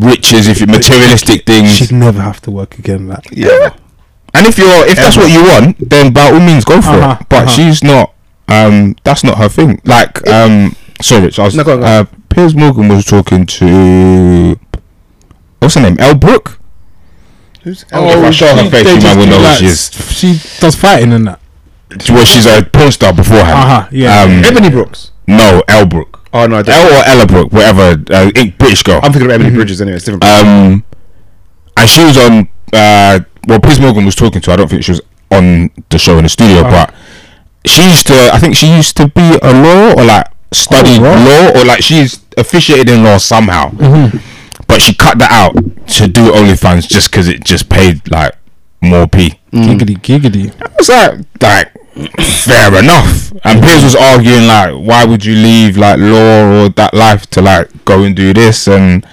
K: or riches, if you materialistic things.
I: She'd never have to work again. Like,
K: Yeah, and if you're if that's what you want, then by all means go for
I: Uh-huh,
K: it. But
I: uh-huh.
K: she's not. Um, that's not her thing. Like, um, sorry, Rich. I was,
J: No, go on, go on.
K: uh, Piers Morgan was talking to what's her name, El Brook.
J: Oh,
K: if I show her face,
I: they
K: you might
I: just
K: will
I: do,
K: know
I: like,
K: she's
I: She does fighting and that.
K: well, she's a porn star beforehand.
I: Uh-huh, yeah.
K: Um,
J: Ebony Brooks.
K: no, Elle Brook.
J: Oh no, I don't-
K: Elle or Ella Brook, whatever. Uh, in- British girl.
J: I'm thinking of
I: Mm-hmm.
J: Ebony Bridges anyway. It's different.
K: Um, and she was on. Uh, well, Piers Morgan was talking to. her. I don't think she was on the show in the studio, but she used to. I think she used to be a law or like study law or like she's officiated in law somehow. But she cut that out to do OnlyFans just because it just paid like more p.
I: Giggity, giggity.
K: It's like, like, fair enough. And Piers was arguing like, why would you leave like law or that life to like go and do this? And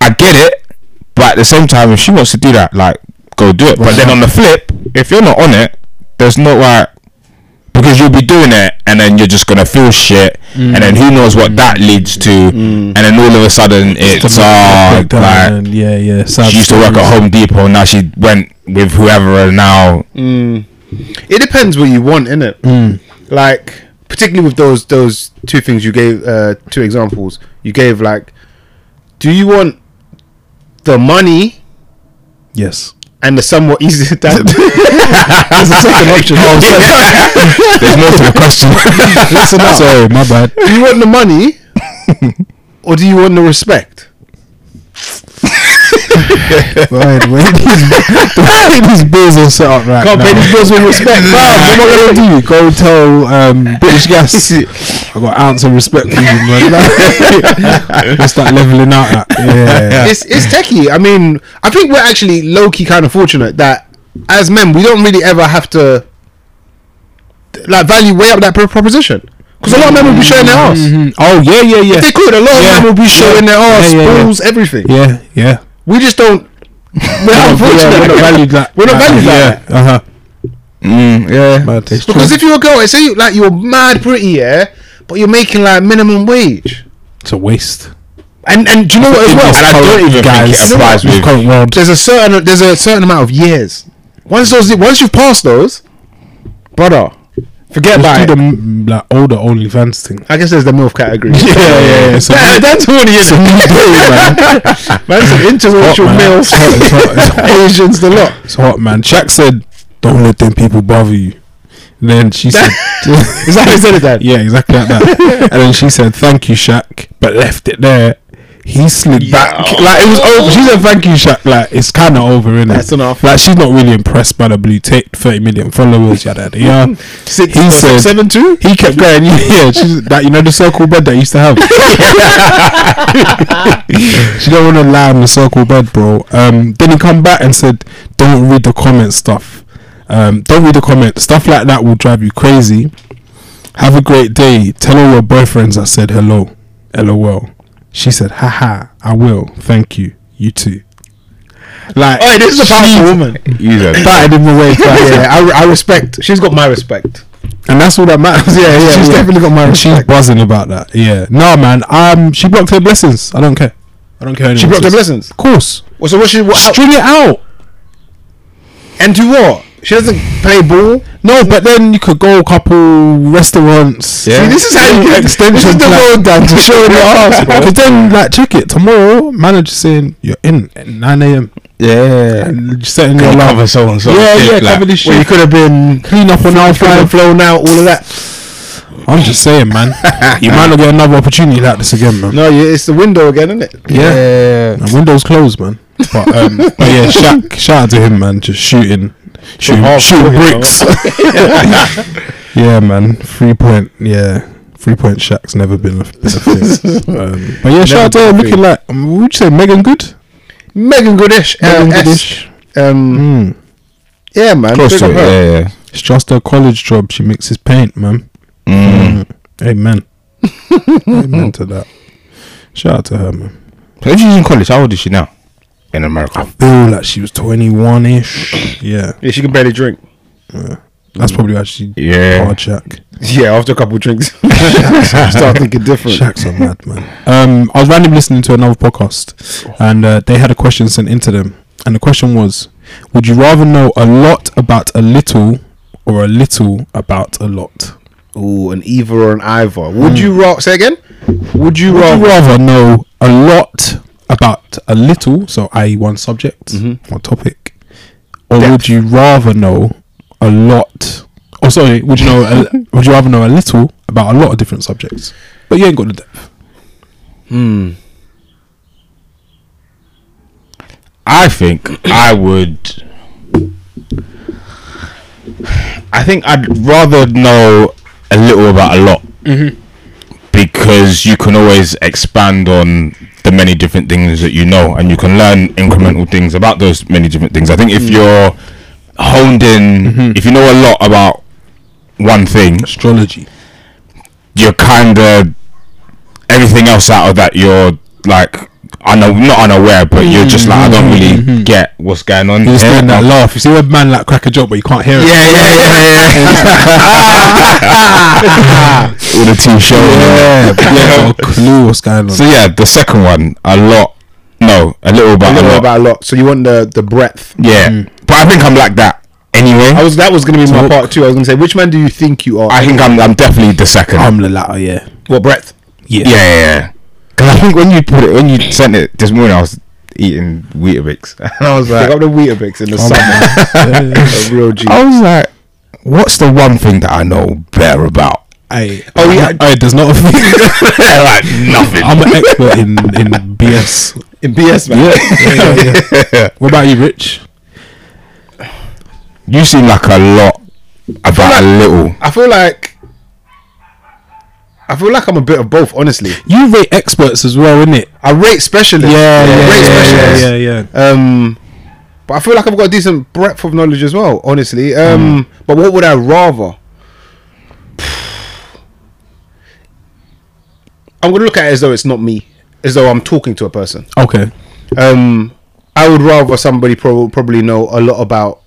K: I get it, but at the same time, if she wants to do that, like, go do it. But then on the flip, if you're not on it, there's no like. Because you'll be doing it, and then you're just gonna feel shit,
I: Mm.
K: and then who knows what that leads to, and then all of a sudden it's uh,
I: Breakdown
K: like
I: and yeah, yeah. sad
K: she used to work
I: stories.
K: at Home Depot, now she went with whoever, and now
J: it depends what you want, innit?
I: Mm.
J: Like particularly with those those two things you gave, uh, two examples you gave. Like, do you want the money
I: Yes.
J: and the somewhat easy? That,
I: That's the second option.
K: There's more to the question.
I: Listen up. Sorry, my bad.
J: do you want the money, or do you want the respect?
I: Wait, wait. The way these bills are set up right
J: Can't
I: now.
J: pay these bills with respect,
I: Nah,
J: bruv.
I: what am I gonna do? Go tell um, British Gas I got an ounce of respect for you, man. Let's start leveling out. At. Yeah.
J: It's it's techie. I mean, I think we're actually low key kind of fortunate that as men we don't really ever have to like value weigh up that pro- proposition because a lot of men will be showing their ass.
I: Mhm. Oh yeah, yeah, yeah.
J: They could. A lot
I: Yeah.
J: of men will be showing their
I: Yeah,
J: ass,
I: yeah, yeah.
J: balls, everything.
I: Yeah, yeah.
J: We just don't. We're not
I: Yeah,
J: Oh, unfortunate.
I: we're not valued that.
J: We're not valued that.
I: Yeah. Uh huh.
K: Mm, yeah.
I: But it's
J: Because
I: true.
J: if you're a girl, say you like you're mad pretty, yeah, but you're making like minimum wage.
I: it's a waste.
J: And and do you know what as well?
K: And I don't even think
I: Guys,
K: it applies
I: this
K: with.
I: current world.
J: There's a certain there's a certain amount of years. Once those once you've passed those, brother, forget
I: Let's
J: about
I: do
J: it.
I: the mm, like older OnlyFans thing.
J: I guess there's the MILF category.
I: yeah, yeah. It's a
J: That-
I: new-
J: that's all it is. That's an interracial
I: man.
J: MILF.
I: It's hot, it's hot, it's hot.
J: Asians, the lot.
I: It's hot, man. Shaq said, "Don't let them people bother you." And then she said,
J: Is that how you said it then?
I: "Yeah, exactly like that." and then she said, "Thank you, Shaq," but left it there. He slid back like it was over. She said, "Thank you, Shaq." Like it's kind of over, innit?
J: That's enough.
I: Like she's not really impressed by the blue tape, thirty million followers, yada yada. Yeah,
J: Six,
I: He said-
J: seven two.
I: he kept going. Yeah, she's that you know the circle bed that I used to have. she don't want to lie on the circle bed, bro. Um, then he come back and said, "Don't read the comment stuff. Um, don't read the comment stuff like that will drive you crazy." Have a great day. Tell all your boyfriends I said hello. LOL. She said, haha, I will. Thank you. You too. Like,
J: Hey, Oh, this is a powerful woman.
K: You said
I: batted him away. twice.
J: yeah, I, I respect. She's got my respect.
I: And that's all that matters. Yeah, yeah. She's definitely got my She's buzzing about that. Yeah. No, man. Um, she blocked her blessings. I don't care. I don't care.
J: She
I: anyone
J: blocked her
I: says.
J: blessings.
I: Of course.
J: Well, so what she what,
I: String it out.
J: and do what? She doesn't play ball.
I: No, but then you could go a couple restaurants.
J: See, this is how you get
I: extension. This is the
J: plan.
I: road down to show the ass, bro. Because then, like, check it tomorrow. Manager saying you're in at nine a.m.
J: Yeah.
I: and setting your alarm.
K: cover so and so.
I: Yeah, yeah, cover this
J: Well, you
I: shit.
J: could have been
I: Clean up on our
J: flying,
I: five.
J: flown out, all of that.
I: I'm just saying, man. you might not get another opportunity like this again, man.
J: No, yeah, it's the window again, isn't it?
I: Yeah. And windows closed, man. But, um, but yeah, shout, shout out to him, man. Just shooting, shooting,
J: half
I: shooting
J: court, you
I: bricks. yeah, man. Three point, yeah. Three point Shaq's never been a, been a thing. Um, but yeah, shout out to
J: been
I: him
J: a
I: looking
J: thing.
I: like, um, what would you say, Megan Good?
J: Megan Goodish.
I: Megan
J: Goodish.
I: Goodish.
J: Um,
I: Mm.
J: yeah, man.
K: Close
J: big
K: to
J: up
K: it.
J: her.
K: Yeah, yeah.
I: It's just her college job. She mixes paint, man. Mm. Amen. Amen to that. Shout out to her, man.
K: So if she's in college, how old is she now? In America.
I: Feel like she was 21 ish. Yeah.
J: Yeah, she can barely drink.
I: That's probably why she
K: Yeah.
I: hard Shaq.
J: Yeah, after a couple of drinks, start thinking different.
I: Shaq's a madman. Um, I was randomly listening to another podcast, and uh, they had a question sent into them, and the question was, "Would you rather know a lot about a little, or a little about a lot?"
J: Ooh, an either or an either. Would you rather say again? Would you
I: Would
J: rather?
I: you rather know a lot about a little, so i.e., one subject,
J: Mm-hmm.
I: one topic, or would you rather know a lot? Or sorry, would you know? A, would you rather know a little about a lot of different subjects, but you ain't got the depth?
K: I think I would. I think I'd rather know a little about a lot because you can always expand on the many different things that you know, and you can learn incremental things about those many different things. I think if you're honed in, if you know a lot about one thing,
I: Astrology.
K: you're kind of everything else out of that you're like I know not unaware but you're just like I don't really get what's going on
I: You just
K: here.
I: getting that laugh. You see a man like crack a joke, but you can't hear it.
K: yeah yeah yeah yeah yeah with a team show
I: yeah, but you ain't got a clue what's going on.
K: so yeah the second one a lot no a little
J: a
K: about a,
J: little
K: lot
J: about a lot. So you want the the breadth.
K: yeah but I think I'm like that anyway
J: I
K: I,
J: was that was going to be my
I: Talk.
J: part too. I was going to say, which man do you think you are?
K: think I'm, I'm definitely the second
I: I'm the latter. Yeah,
J: what breadth?
K: yeah yeah, yeah. 'Cause I think when you put it when you sent it this morning I was eating Weetabix and I was like
J: Pick up the Weetabix in the summer. a real G.
K: I was like, what's the one thing that I know better about?
I: I
J: Oh, yeah.
I: I, does not.
K: like nothing.
I: I'm an expert in in BS.
J: in BS, man.
I: What about you, Rich?
K: you seem like a lot about a little.
J: I feel like I feel like I'm a bit of both. Honestly,
I: You rate experts as well, innit?
J: I rate specialists. I rate specialists.
I: yeah, yeah.
J: Um, but I feel like I've got a decent breadth of knowledge as well. Honestly, um, but what would I rather? I'm gonna look at it as though it's not me, as though I'm talking to a person.
I: Okay.
J: Um, I would rather somebody prob- probably know a lot about,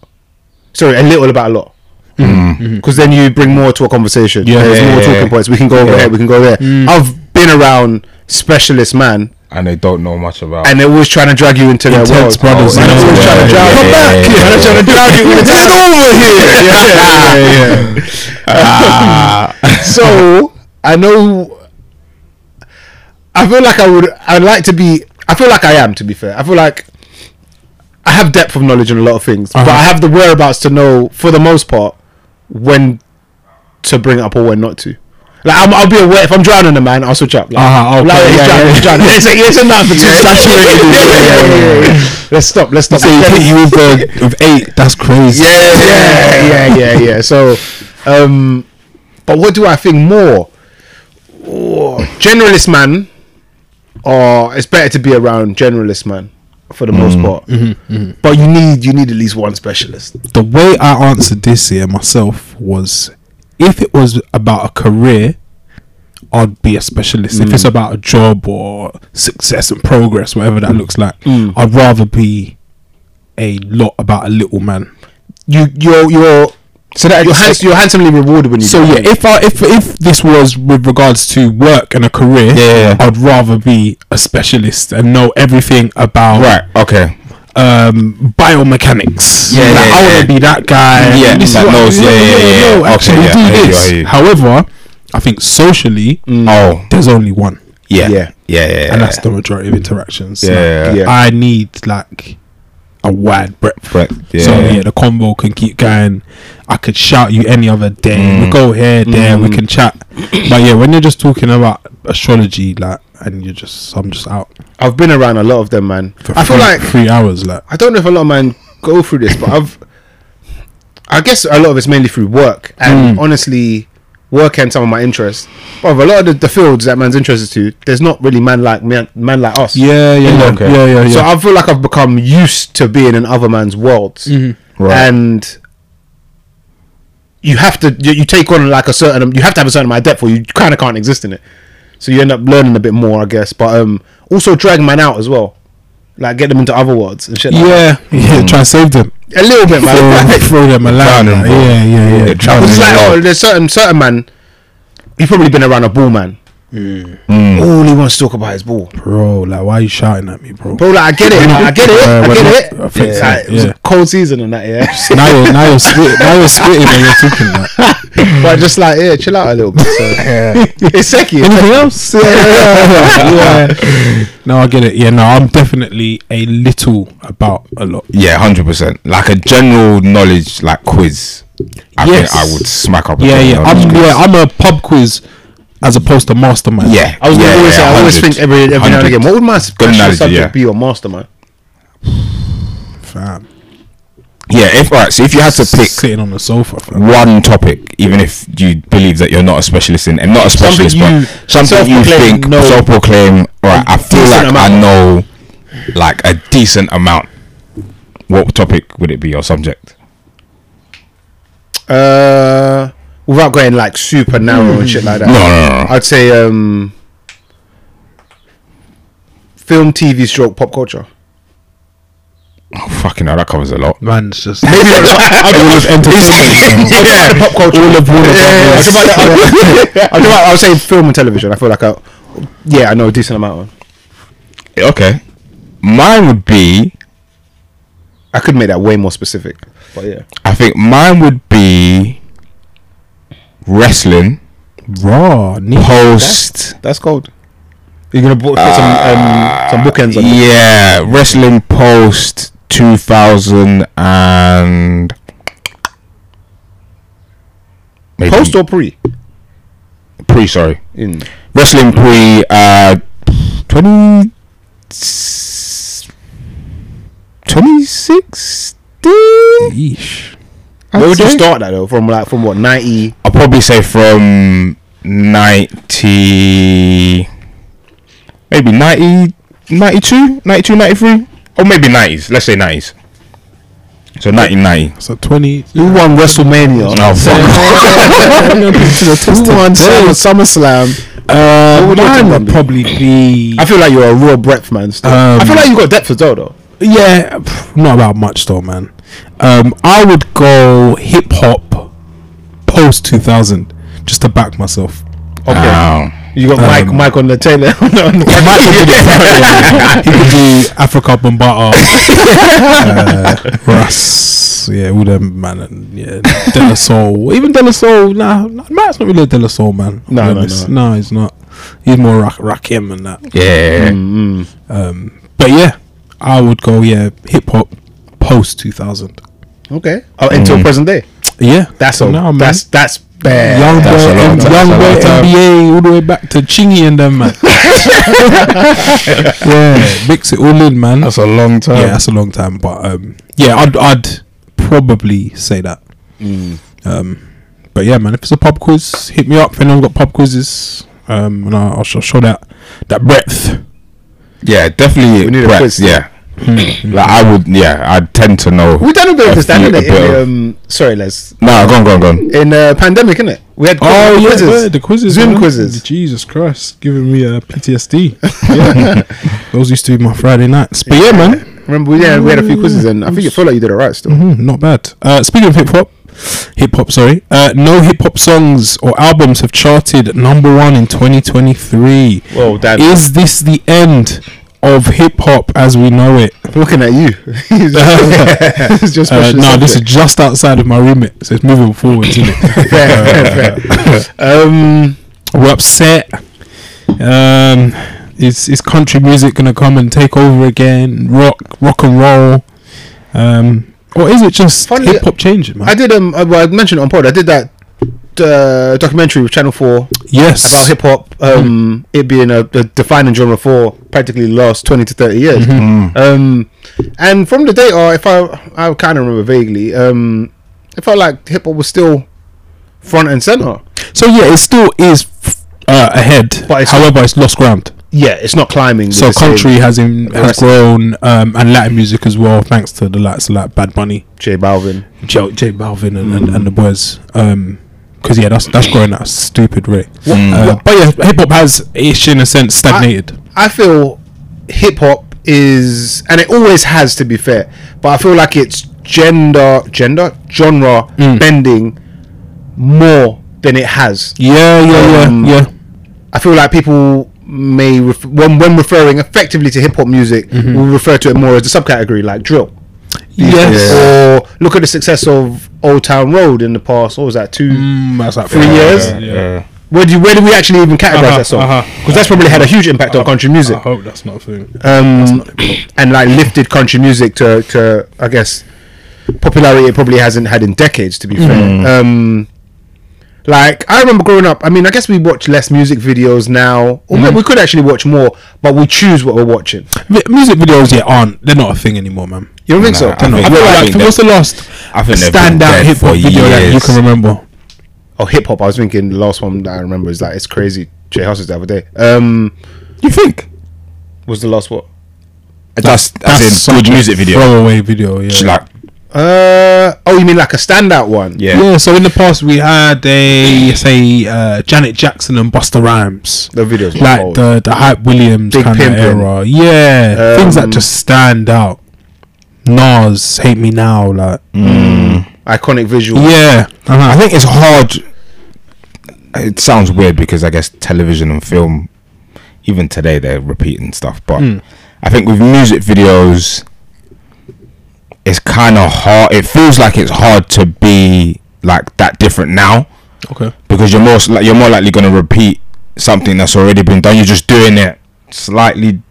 J: sorry, a little about a lot. Because then you bring more to a conversation.
I: Yeah,
J: There's
I: yeah, yeah,
J: more talking
K: Mm. Mm-hmm. yeah.
J: points. We can go over
K: Yeah. Mm.
J: here, we can go there. I've been around specialist man
K: And they don't know much about.
J: and they're always trying to drag you into their
I: Intense
J: world.
I: brothers,
J: Man,
I: yeah,
J: they're always
I: yeah,
J: trying to drag
K: yeah,
J: you
K: yeah,
J: back.
K: yeah,
J: Man, they're trying to drag you into Get over here. Yeah, yeah, yeah. so
K: Ah.
J: I know. I feel like I would. I'd like to be. I feel like I am. To be fair, I feel like I have depth of knowledge in a lot of things, but
I: Uh-huh.
J: I have the whereabouts to know, for the most part, when to bring it up or when not to. Like I'm, I'll be aware if I'm drowning a man, I'll switch up. Like,
I: Uh-huh, okay,
J: like he's
I: yeah,
J: drowning,
I: yeah.
J: he's drowning. It's, it's enough for two seconds. Yeah, yeah, yeah, yeah, yeah. Let's stop. Let's stop.
I: So you hit you with the with eight. That's crazy.
J: Yeah, yeah, yeah, yeah. So, um, but what do I think more? Oh, generalist man, or it's better to be around generalist man for the most part. But you need you need at least one specialist.
I: The way I answered this here myself was if it was about a career, I'd be a specialist. If it's about a job or success and progress, whatever that looks like, I'd rather be a lot about a little man.
J: You you're Oh, you're so that you're, hands- you're handsomely rewarded when you.
I: So
J: do
I: yeah,
J: it.
I: if I if if this was with regards to work and a career,
J: yeah, yeah.
I: I'd rather be a specialist and know everything about
K: Right. Okay.
I: um biomechanics.
K: Yeah,
I: Like,
K: yeah,
I: I
K: yeah.
I: want to be that guy.
K: Yeah,
I: This is
K: that
I: what-
K: knows, yeah, yeah, yeah, yeah. Okay,
I: actually
K: yeah,
I: do
K: I hear you, I
I: this.
K: hear you.
I: However, I think socially,
K: Oh.
I: there's only one,
K: Yeah.
J: Yeah.
K: Yeah. Yeah. yeah
I: Mm. and that's the majority of interactions.
K: Yeah, yeah,
I: Like,
J: yeah.
I: I need like a wide breadth.
K: But, yeah.
I: So yeah, the combo can keep going. I could shout you any other day.
K: Mm.
I: We go here, there, we can chat. But yeah, when you're just talking about astrology, like, and you're just, I'm just out
J: I've been around a lot of them, man.
I: for
J: I
I: three,
J: feel like
I: three hours, like,
J: I don't know if a lot of men go through this, but I've, I guess a lot of it's mainly through work and honestly, work and some of my interests. But a lot of the, the fields that man's interested to, there's not really man like man, man like us.
I: yeah, yeah, yeah,
K: Okay.
I: yeah, yeah, yeah.
J: So I feel like I've become used to being in other man's worlds,
K: Right.
J: and you have to you, you take on like a certain you have to have a certain amount of depth, or you kind of can't exist in it. So you end up learning a bit more, I guess. But um, also drag man out as well, like get them into other worlds and shit. Like
I: yeah, yeah, try and save them,
J: that. a little bit, man.
I: throw, throw them a line,
K: Drowning
I: like,
K: ball.
I: yeah, yeah, yeah.
K: Yeah, drowning
J: It's like
K: ball.
J: oh, there's certain certain man. You've probably been around a ball man.
I: Mm.
J: All he wants to talk about is ball.
I: bro, like, why are you shouting at me, bro?
J: Bro, like I get it, like, I get it,
I: Uh,
J: I
I: when
J: get
I: it- I
J: it.
I: think so,
J: Like, it was
I: yeah.
J: a cold season and that, yeah.
I: now you're now you're spit, now you're spitting when you're talking. Like.
J: but just like yeah, chill out a little bit. So.
K: Mm.
J: it's secky.
I: Anything else? Yeah, yeah, yeah. No, I get it. Yeah, no, I'm definitely a little about a lot.
K: Yeah, hundred percent. Like a general knowledge, like quiz. I
I: Yes.
K: think I would smack up. a
I: Yeah,
K: general
I: yeah.
K: knowledge
I: I'm
K: quiz.
I: yeah, I'm a pub quiz as opposed to mastermind.
K: Yeah,
J: I was
K: yeah,
J: gonna always
K: yeah,
J: say, I always
K: 100,
J: think every every now and
K: 100.
J: again, what would my special
K: analogy,
J: subject
K: yeah.
J: be or master man?
I: fam.
K: Yeah, if alright, so if you had to pick
I: sitting on the sofa. Fam.
K: one topic, even if you believe that you're not a specialist in, and not a specialist,
J: you
K: but something you
J: self-proclaim
K: think
J: know.
K: self-proclaim. Right, I feel
J: decent
K: like I
J: amount.
K: know like a decent amount. What topic would it be or subject?
J: Uh, without going like super narrow and shit like that.
K: No, no, no, no.
J: I'd say um, film, TV, stroke, pop culture.
K: Oh, fucking hell, that covers a lot.
I: Man's just
K: All of entertainment. yeah, pop culture. All of all of
J: I was about to- I was about- I would say film and television. I feel like I, yeah, I know a decent amount. Of.
K: Okay, mine would be.
J: I could make that way more specific, but yeah.
K: I think mine would be wrestling
I: raw. Neat.
K: post.
J: That's cold. You're gonna book, put some um, some bookends on. it.
K: Yeah, wrestling post 2000 and maybe
J: Post or pre?
K: pre. Sorry,
J: In
K: wrestling pre uh 20 2016.
I: Yeesh.
J: where would you
K: say?
J: start that though? From like from what ninety?
K: I'll probably say from 90, maybe 90, 92, 92, 93, or maybe 90s. Let's say 90s. So 1990.
I: So twenty.
J: Who won WrestleMania?
K: Oh, fuck.
J: Who won Summer, SummerSlam?
I: Uh,
J: would your
I: mine
J: top one
I: would
J: be?
I: probably be.
J: I feel like you're a real breadth man. Still.
I: Um,
J: I feel like you got depth as well though.
I: Yeah, pff, not about much though, man. Um, I would go hip hop post two thousand just to back myself.
J: Okay,
K: Wow.
J: you got Mike Mike on the tail end. on the- on the-
I: Michael did it first, yeah. He could do Africa Bombata, uh, Russ, yeah, all them man, and yeah, De La Soul. Even De La Soul, nah, nah, Matt's not really a De La Soul man.
J: No, no,
I: no, he's not. He's more Rak- Rakim and that.
K: Yeah.
I: But yeah, I would go yeah hip hop post two thousand.
J: okay, oh, until present day.
I: Yeah,
J: That's
I: so
J: all.
I: now, man.
J: that's that's bad.
I: Young
K: that's a
I: boy,
K: long time,
I: M- young boy
K: that's a long
I: NBA, all the way back to Chingy and them man. yeah, mix it all in, man.
J: a long time.
I: yeah, that's a long time, but um, yeah, I'd I'd probably say that. Um, but yeah, man, if it's a pub quiz, hit me up. If anyone's got pub quizzes, um, and I'll, I'll show, show that that breadth.
K: Yeah, definitely.
J: We need a
K: breadth,
J: quiz.
K: Yeah. like I would, yeah, I tend to know.
J: We done a bit of
K: a
J: this, done,
K: few-
J: innit?
K: a bit
J: In,
K: of-
J: um, sorry, Les.
K: Nah, go on, go on, go on.
J: In uh, pandemic, innit? We had
I: Oh yeah, word, the quizzes,
J: Zoom
I: man.
J: quizzes.
I: Jesus Christ, giving me uh, a PTSD. Yeah. Those used to be my Friday nights. But yeah, man,
J: Remember, we, yeah, we had a few quizzes, and I think it felt like you did it right still.
I: hmm, not bad. Uh, speaking of hip hop, hip hop, sorry, uh, no hip hop songs or albums have charted number one in 2023.
J: Well, damn.
I: Is this the end of hip hop as we know it?
J: Looking at you. it's just
I: Uh, no, this is just outside of my remit, so it's moving forward, isn't it?
J: fair, fair, fair. Um,
I: We're upset. Um, is is country music gonna come and take over again? Rock, rock and roll. Um, or is it just
J: Funnily-
I: hip hop changing, man?
J: I did. Um, I, well, I mentioned it on pod. I did that uh, documentary with Channel Four
I: yes,
J: about hip hop. Um, it being a, a defining genre for practically the last twenty to thirty years. Um, and from the data, if I I kind of remember vaguely, um, it felt like hip hop was still front and center.
I: So yeah, it still is uh, ahead.
J: But it's-
I: However, it's lost ground.
J: Yeah, it's not climbing. with
I: So
J: the same-
I: country has in, has
J: rest-
I: grown, um, and Latin music as well, thanks to the likes of like Bad Bunny,
J: J Balvin.
I: J, J Balvin, and, and, and the boys. Um 'cause because yeah, that's that's growing at a stupid rate.
K: Hmm.
I: Uh, but yeah, hip hop has, ish in a sense, stagnated.
J: I feel hip hop is, and it always has to be fair, but I feel like it's gender, gender, genre
I: Mm.
J: bending more than it has.
I: yeah, yeah,
J: Um,
I: yeah, yeah.
J: I feel like people may, ref- when, when referring effectively to hip hop music,
I: Mm-hmm.
J: will refer to it more as a subcategory like drill.
I: Yes.
J: Or look at the success of Old Town Road in the past. What was that? Two,
I: Mm, That's like
J: three years. Where do you, where do we actually even categorize
I: Uh-huh,
J: that song? Because
I: uh-huh.
J: that's probably had a huge impact on country music.
I: I hope that's not a thing.
J: um, and like lifted country music to, to I guess popularity it probably hasn't had in decades to be fair. Um, like I remember growing up. I mean, I guess we watch less music videos now, or we could actually watch more, but we choose what we're watching.
I: Vi- music videos, yeah, aren't they're not a thing anymore, man.
J: You don't think
K: Nah,
J: so?
K: I
I: I,
K: think-
I: feel
K: I
I: like
K: think
I: what's the
K: that-
I: last
K: I think they've been
I: standout
K: dead
I: hip hop
K: for
I: video that you
K: years.
I: can remember?
J: Oh, hip hop. I was thinking the last one that I remember is like it's crazy. Jay Hustle's the other day. Um,
I: You think?
J: was the last what?
K: That's that's in
I: such
K: good
I: a
K: music video.
I: Throwaway video, yeah.
K: Like
J: Uh, oh, you mean like a standout one?
K: yeah,
I: yeah. so in the past we had a say uh, Janet Jackson and Buster Rhymes.
J: The videos were
I: like
J: cold.
I: the the hype Williams
J: Big
I: kind of
J: Pimpin'.
I: era. Yeah. things that
J: Um,
I: just stand out. Nas, hate me now, like
J: Iconic visual.
I: Yeah.
K: I
I: Uh-huh.
K: think it's hard. It sounds weird because I guess television and film, even today, they're repeating stuff. But I think with music videos, it's kind of hard. It feels like it's hard to be like that different now
I: Okay.
K: because you're most like you're more likely going to repeat something that's already been done. You're just doing it slightly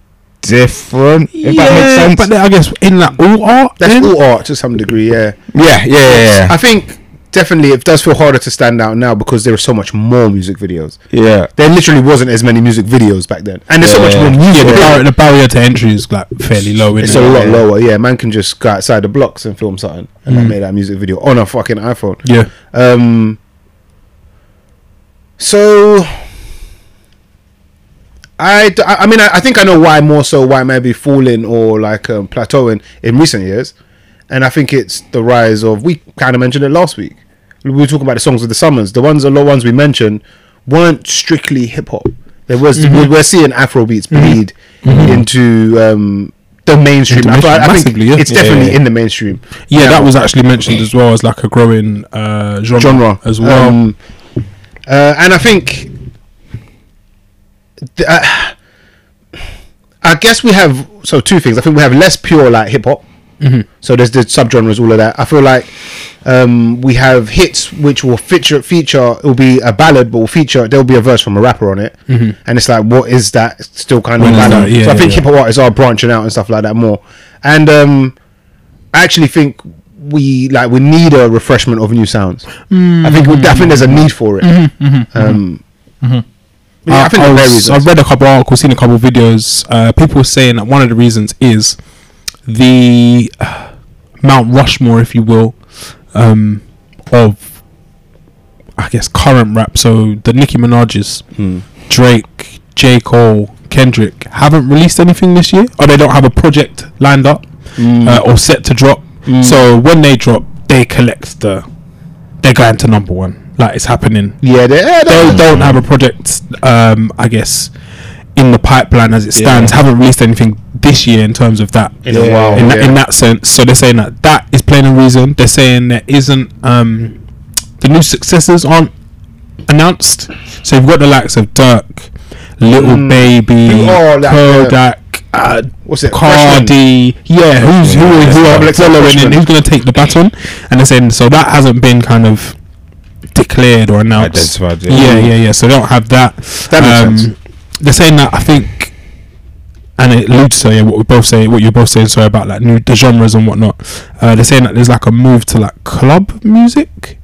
K: different. If
I: yeah,
K: that makes
I: But
K: sense.
I: then I guess in that all art
J: That's
I: then-
J: all art to some degree. Yeah.
K: yeah, yeah, yeah, yeah.
J: I think definitely it does feel harder to stand out now because there are so much more music videos.
K: yeah.
J: There literally wasn't as many music videos back then, and there's so much more
I: Yeah,
J: music.
I: the, bar- the barrier to entry is like fairly low. Isn't
J: it's
I: it?
J: a lot
I: yeah.
J: lower. Hmm. Yeah, man can just go outside the blocks and film something, and I made that music video on a fucking iPhone.
I: Yeah,
J: Um. So. I, d- I I mean I, I think I know why more so why it may be falling or like um, plateauing in recent years, and I think it's the rise of we kind of mentioned it last week. We were talking about the songs of the summers. The ones the lot ones we mentioned weren't strictly hip hop. There was
I: Mm-hmm.
J: we- we're seeing Afro beats bleed into um, the mainstream.
I: Into
J: I, thought-
I: mainstream,
J: I think
I: massively, yeah.
J: it's
I: Yeah,
J: definitely
I: yeah, yeah.
J: in the mainstream.
I: yeah,
J: now.
I: that was actually mentioned as well as like a growing uh, genre,
J: genre
I: as well.
J: Um, uh, and I think, th- uh, I guess we have so two things. I think we have less pure like hip hop.
I: Mm-hmm.
J: So there's the subgenres, all of that. I feel like um, we have hits which will feature feature. It will be a ballad, but will feature. There will be a verse from a rapper on it, and it's like, what is that? It's Still kind of
I: When Mm-hmm. is
J: ballad.
I: that? Yeah,
J: so I think
I: yeah.
J: hip hop artists are branching out and stuff like that more. And um, I actually think we like we need a refreshment of new sounds. I think we, I think there's a need for it.
I: Mm-hmm,
J: Um, yeah, I think there are
I: Uh, was-
J: reasons.
I: I've read a couple articles, seen a couple videos. Uh, people saying that one of the reasons is the uh, Mount Rushmore, if you will, um, of
J: Hmm.
I: I guess current rap. So the Nicki Minaj's, Drake, J Cole, Kendrick haven't released anything this year, or they don't have a project lined up
J: Hmm.
I: uh, or set to drop. So when they drop, they collect the. They're going to number one. Like it's happening.
J: Yeah, they, yeah, they-
I: They don't have a project. Um, I guess in the pipeline as it stands, haven't released anything this year in terms of that. In
J: a Yeah. while,
I: in, that,
J: yeah.
I: in that sense. So they're saying that that is plain and reason. They're saying there isn't um, the new successors aren't announced. So you've got the likes of Dirk, Little Baby,
J: Mm. Who are like
I: Kodak, uh,
J: What's it?
I: Cardi. Yeah, who's who,
J: Yeah,
I: who are
J: public
I: following
J: freshmen.
I: and who's going to take the baton? And they're saying so that hasn't been kind of declared or announced.
K: Identified, yeah.
I: yeah, yeah, yeah. So they don't have that. Um,
J: That makes sense.
I: They're saying that I think. And it alludes to yeah, what we both say, what you're both saying, sorry about like new the genres and whatnot. Uh, they're saying that there's like a move to like club music,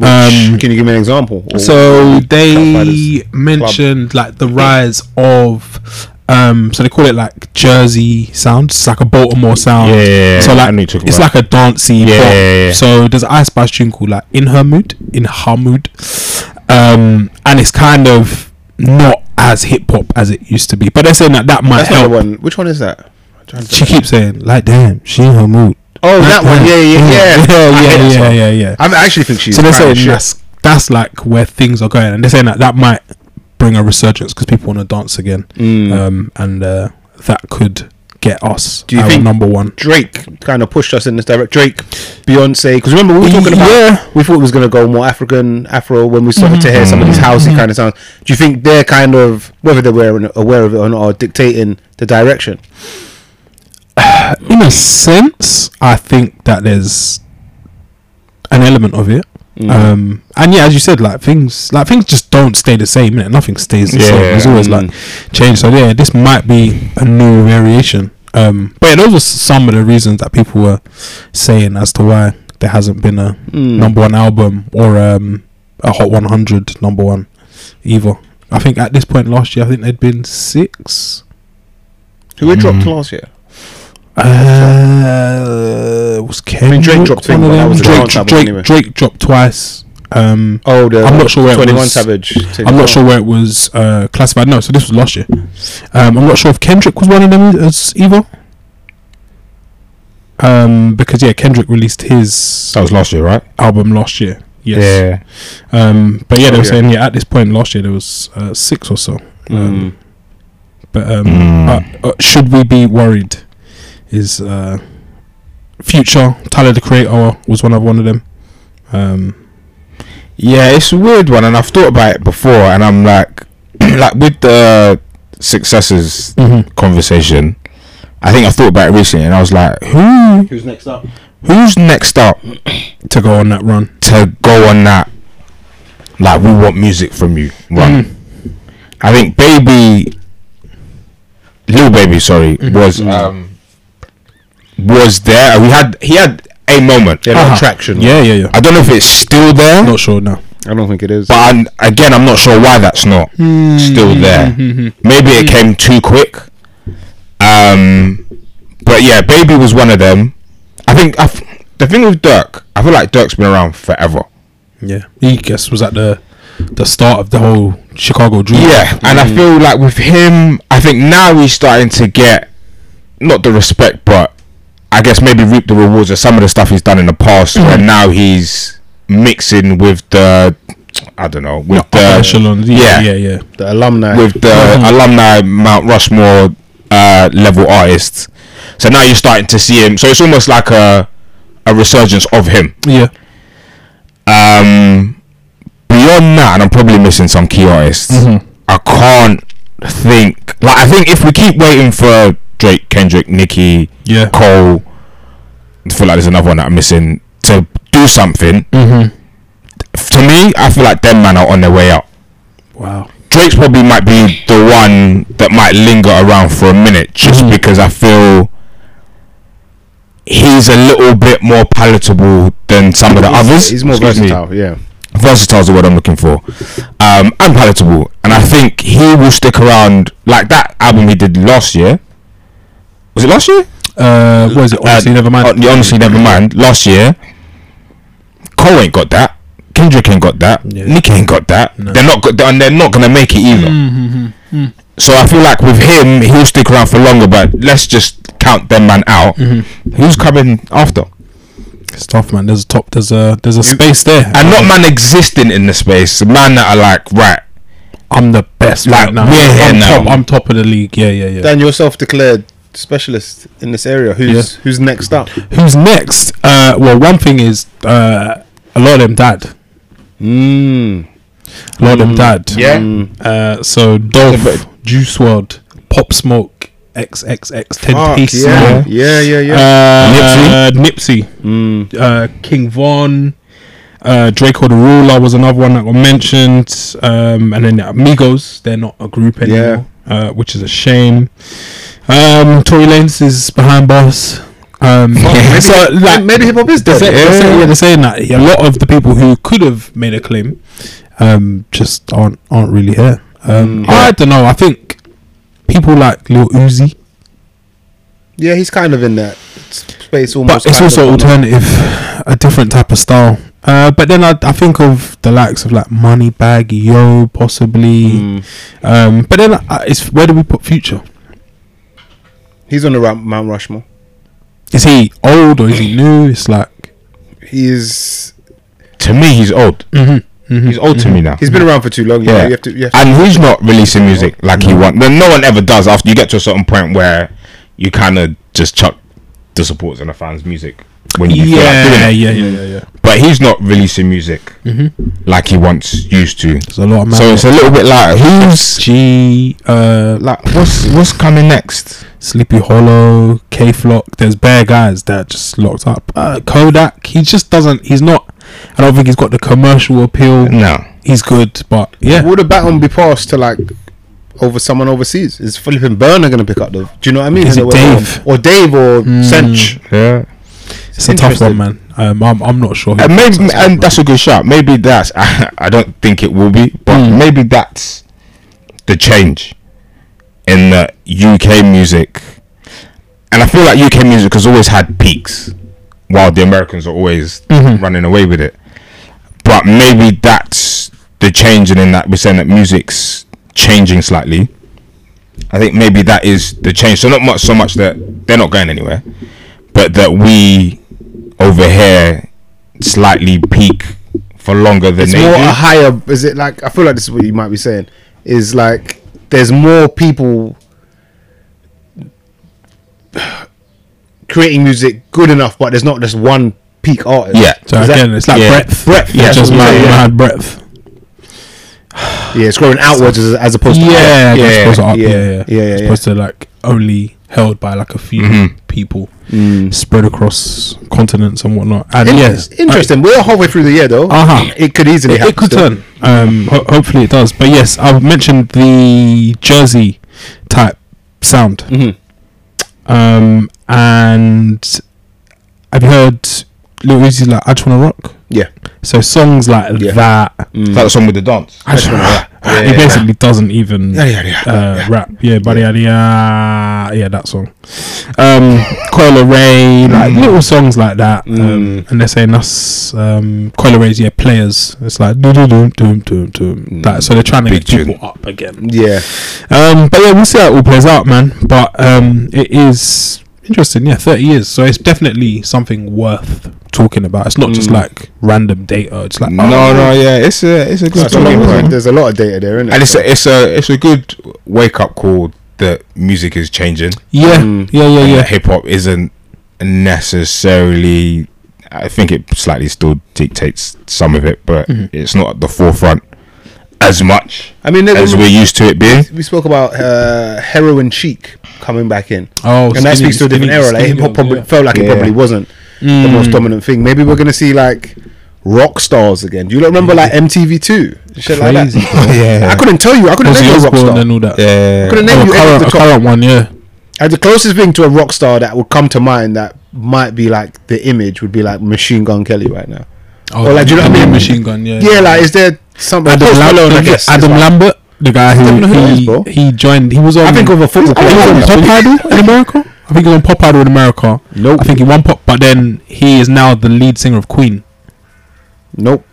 I: Um,
J: Freshman. Can you give me an example? Or-
I: so they
J: Fighters
I: mentioned like the rise of um so they call it like Jersey sound, it's like a Baltimore sound.
K: Yeah, yeah, yeah.
I: So like
K: I know you talk
I: it's
K: about.
I: like a dancey
K: Yeah,
I: pop.
K: yeah, yeah.
I: So there's an Ice Spice tune called like In Her Mood, In Her Mood. Um and it's kind of not as hip hop as it used to be. But they're saying that that might
J: That's not
I: help.
J: the one. Which one is that? I'm trying to-
I: uh, She keeps saying like damn, she in her mood.
J: Oh, that one. Yeah,
I: yeah,
J: yeah, yeah. I hate
I: yeah,
J: that
I: yeah,
J: song.
I: yeah, yeah.
J: I'm- I actually think she's.
I: So they're
J: fine
I: saying
J: as shit.
I: that's that's like where things are going, and they're saying that that might bring a resurgence because people want to dance again,
J: Mm.
I: um, and uh, that could get us
J: Do you
I: our
J: think-
I: number one.
J: Drake kind of pushed us in this direct. Drake, Beyonce, because remember we were talking about
I: Yeah.
J: we thought it was going to go more African Afro when we started to hear some of these
I: Mm-hmm.
J: housey kind of sounds. Do you think they're kind of whether they're aware, aware of it or not, are dictating the direction?
I: In a sense, I think that there's an element of it. Um, and yeah, as you said, like things, like things just don't stay the same. Innit? Nothing stays the same.
K: Yeah.
I: There's always like change. So yeah, this might be a new variation. Um, but yeah, those were some of the reasons that people were saying as to why there hasn't been a number one album or um, a Hot 100 number one either. I think at this point last year, I think there'd been six.
J: Who had
I: Mm-hmm.
J: dropped last year?
I: Uh, was Kendrick
J: Drake dropped
I: one
J: thing,
I: of
J: but that
I: them?
J: was the
I: Drake,
J: dance album
I: Drake,
J: anyway.
I: Drake dropped twice. Um,
J: Oh, the
I: I'm not sure where it
J: Twenty One
I: was.
J: Savage.
I: I'm not sure where it was uh, classified. No, so this was last year. Um, I'm not sure if Kendrick was one of them as either. Um, because yeah, Kendrick released his
K: That
J: Oh.
K: was last year, right?
I: album last year. Yes. Um, but yeah, they
J: Oh,
I: were
J: yeah.
I: saying yeah at this point last year there was uh, six or so.
J: Hmm.
I: Um, But um, uh, uh, should we be worried? Is uh, Future Tyler the Creator was one of one of them. Um,
K: Yeah, it's a weird one, and I've thought about it before, and I'm like, like with the successes
I: Mm-hmm.
K: conversation, I think I thought about it recently, and I was like, who
C: Who's next up?
K: who's next up
I: to go on that run.
K: to go on that? Like, we want music from you, run. I think baby, little baby, sorry, was um was there. We had he had a moment.
I: Uh-huh.
J: traction.
I: Yeah, yeah, yeah.
K: I don't know if it's still there.
I: Not sure now.
J: I don't think it is.
K: But I'm, again, I'm not sure why that's not still there. Maybe it came too quick. Um, but yeah, Baby was one of them. I think I f- the thing with Dirk, I feel like Dirk's been around forever.
I: Yeah, he guess was at the the start of the whole Chicago dream.
K: Yeah, and
I: Mm.
K: I feel like with him, I think now he's starting to get not the respect, but I guess maybe reap the rewards of some of the stuff he's done in the past. Where
I: Mm.
K: now he's mixing with the, I don't know, with
I: Upper
K: the
I: echelon. Mm-hmm. Yeah, yeah, yeah.
J: the alumni.
K: with the alumni Mount Rushmore uh, level artists. So now you're starting to see him. So it's almost like a a resurgence of him.
I: Yeah.
K: Um, beyond that, and I'm probably missing some key artists. I can't think. Like I think if we keep waiting for Drake, Kendrick, Nicki,
I: Yeah.
K: Cole, I feel like there's another one that I'm missing to do something. To me, I feel like them man are on their way out.
I: Wow.
K: Drake's probably might be the one that might linger around for a minute just because I feel he's a little bit more palatable than some of the others.
J: He's more
K: Excuse me.
J: versatile. Yeah.
K: Versatile is the word I'm looking for. Um, and palatable. And I think he will stick around like that album he did last year. Was it last year?
I: Uh, what is it? Honestly,
K: Uh,
I: never mind.
K: hon- Honestly, never mind. Last year, Cole ain't got that.
I: Mm,
K: Kendrick ain't got that. Nick ain't got that. They're not. Go- and they're not gonna make it either. So I feel like with him, he'll stick around for longer. But let's just count them man out.
I: Mm-hmm.
K: Who's coming after?
I: It's tough, man. There's a top. There's a there's a space there.
K: And not man existing in the space. Man that are like right.
I: I'm the best
K: Like,
I: right now.
K: we're here
I: I'm
K: now.
I: Top, I'm top of the league. Yeah, yeah, yeah.
J: Dan, you're self-declared specialist in this area. Who's who's next up?
I: Who's next? Uh, well, one thing is uh, a lot of them dad.
J: Mm.
I: A lot of them dad.
K: Yeah.
I: Uh, so Dolph, Juice World, Pop Smoke, XXX, Ten Piece,
J: yeah,
I: man.
J: yeah, yeah,
I: Uh,
J: yeah.
I: Nipsey, uh, King Von, uh, Draco the Ruler was another one that got mentioned, um, and then Amigos. They're not a group anymore, uh, which is a shame. Um, Tory Lanez is behind bars. Um, so, like,
J: Maybe hip hop is
I: they're saying,
J: dead.
I: they're saying- yeah, they're saying that a lot of the people who could have made a claim um, just aren't aren't really here. Um, I don't know. I think people like Lil Uzi,
J: Yeah, he's kind of in that space almost.
I: but it's
J: kind
I: also
J: of.
I: alternative, a different type of style. Uh, but then I, I think of the likes of like Moneybag, Yo, possibly. Um, but then I, it's where do we put Future?
J: He's on the Ra- Mount Rushmore.
I: Is he old or is he new? It's like
J: He's
K: To me, he's old.
I: Mm-hmm.
K: He's old to me now.
J: he's been around for too long. Yeah,
K: Yeah.
J: you have to. You have to Mm-hmm.
K: and he's not releasing music like
I: Mm-hmm.
K: he want. Then no one ever does. After you get to a certain point where you kind of just chuck the supporters and the fans' music when you feel like doing
I: yeah, yeah,
K: it.
I: yeah, yeah, yeah.
K: But he's not releasing music like he once used to.
I: There's a lot of man.
K: So it's a little bit like who's
I: G, uh,
K: like what's what's coming next?
I: Sleepy Hollow, K Flock. There's bare guys that are just locked up. Uh, Kodak, he just doesn't. He's not. I don't think he's got the commercial appeal.
K: No,
I: He's good, but yeah,
J: Would a baton be passed to like over someone overseas? Is flipping Burner going to pick up the? Do you know what I mean?
I: Is it
J: In a way,
I: Dave? Hmm.
J: or, or Dave or Sench?
K: yeah,
I: it's a tough one,
J: interesting.
I: man. Um, I'm, I'm not sure. who-
K: and maybe and that's a good shot. Maybe that's I, don't think it will be, but maybe that's the change in the UK music. And I feel like UK music has always had peaks, while the Americans are always running away with it. But maybe that's the change, and in that we're saying that music's changing slightly. I think maybe that is the change. So not much, so much that they're not going anywhere, but that we over here slightly peak for longer than
J: It's
K: they
J: more
K: do.
J: a higher. Is it like? I feel like this is what you might be saying. Is like there's more people creating music good enough, but there's not just one peak artist.
K: yeah,
I: so
J: is that-
I: again, it's like
K: yeah.
I: breadth.
J: Breadth, yeah,
I: It's just
J: that's what
I: mad,
J: I'm saying, yeah.
I: mad breadth.
J: yeah, it's growing outwards as, as opposed to
I: Yeah,
J: up.
I: yeah,
K: yeah,
I: supposed to up, yeah,
J: yeah,
I: yeah,
J: yeah, yeah,
I: It's
J: yeah.
I: supposed to like only held by like a few people spread across continents and whatnot. And
J: In-
I: yes,
J: it's interesting. We're halfway through the year though.
I: Uh-huh.
J: It could easily
I: it,
J: happen.
I: it could
J: still.
I: turn. Um, ho- hopefully it does. But yes, I've mentioned the Jersey type sound.
J: Mm-hmm.
I: Um, and have you heard Lil Uzi's like I just wanna rock?
J: Yeah.
I: So songs like
J: Yeah.
I: that.
K: It's like the song with the dance.
I: I just wanna rock. uh, he basically doesn't even uh, rap. Yeah, buddy, yeah. yeah, that song. Um, Coil Ray, like
K: Mm.
I: little songs like that. Um, and they're saying us, um, Coil Ray's, yeah, players. It's like, do do do do do do. That so they're trying to
K: Mm. Big
I: get people
K: tune.
I: up again.
J: Yeah.
I: Um, but yeah, we'll see how it all plays out, man. But um, it is interesting. Yeah, thirty years. So it's definitely something worth talking about. It's not just like random data. It's like
K: Mm. No,
I: oh,
K: no, yeah, it's a it's a good
J: That's what I'm
K: talking
J: saying.
K: point.
J: There's a lot of data there, isn't it?
K: and it's a, it's a it's a good wake up call that music is changing.
I: yeah,
K: Mm.
I: yeah, yeah, yeah.
K: hip hop isn't necessarily. I think it slightly still dictates some of it, but it's not at the forefront as much
J: I mean, there-
K: as we're used to it being.
J: we spoke about uh, heroin chic coming back in.
I: Oh,
J: and
I: skinny-
J: that speaks to a different
I: skinny-
J: era. Like hip
I: skinny
J: hop
I: little-
J: probably felt like it
K: Yeah.
J: probably wasn't the
I: Hmm.
J: most dominant thing. Maybe we're gonna see like rock stars again. Do you lot remember like MTV Two shit like that?
I: Crazy,
K: Yeah.
J: I couldn't tell you. I couldn't
I: Ozzy
J: name you a rock
I: Osbourne
J: star.
I: and all that.
K: Yeah.
J: Couldn't name
I: Oh,
J: you any
I: current,
J: off the top.
I: current one, yeah.
J: And the closest thing to a rock star that would come to mind that might be like the image would be like Machine Gun Kelly right now.
I: Oh,
J: Or like, do you know what I mean?
I: Machine gun, yeah.
J: Yeah, like is there something?
I: Adam,
J: Post
I: Lam-
J: Malone, I
I: don't forget
J: guess.
I: Adam
J: is like-
I: Lambert, the guy
J: know who that is,
I: who
J: bro.
I: he, he joined. He was on.
J: I think of a football
I: he was on
J: player.
I: Pop Idol in America. I think he was on Pop Idol in America.
J: Nope.
I: I think he won Pop, but then he is now the lead singer of Queen.
J: Nope.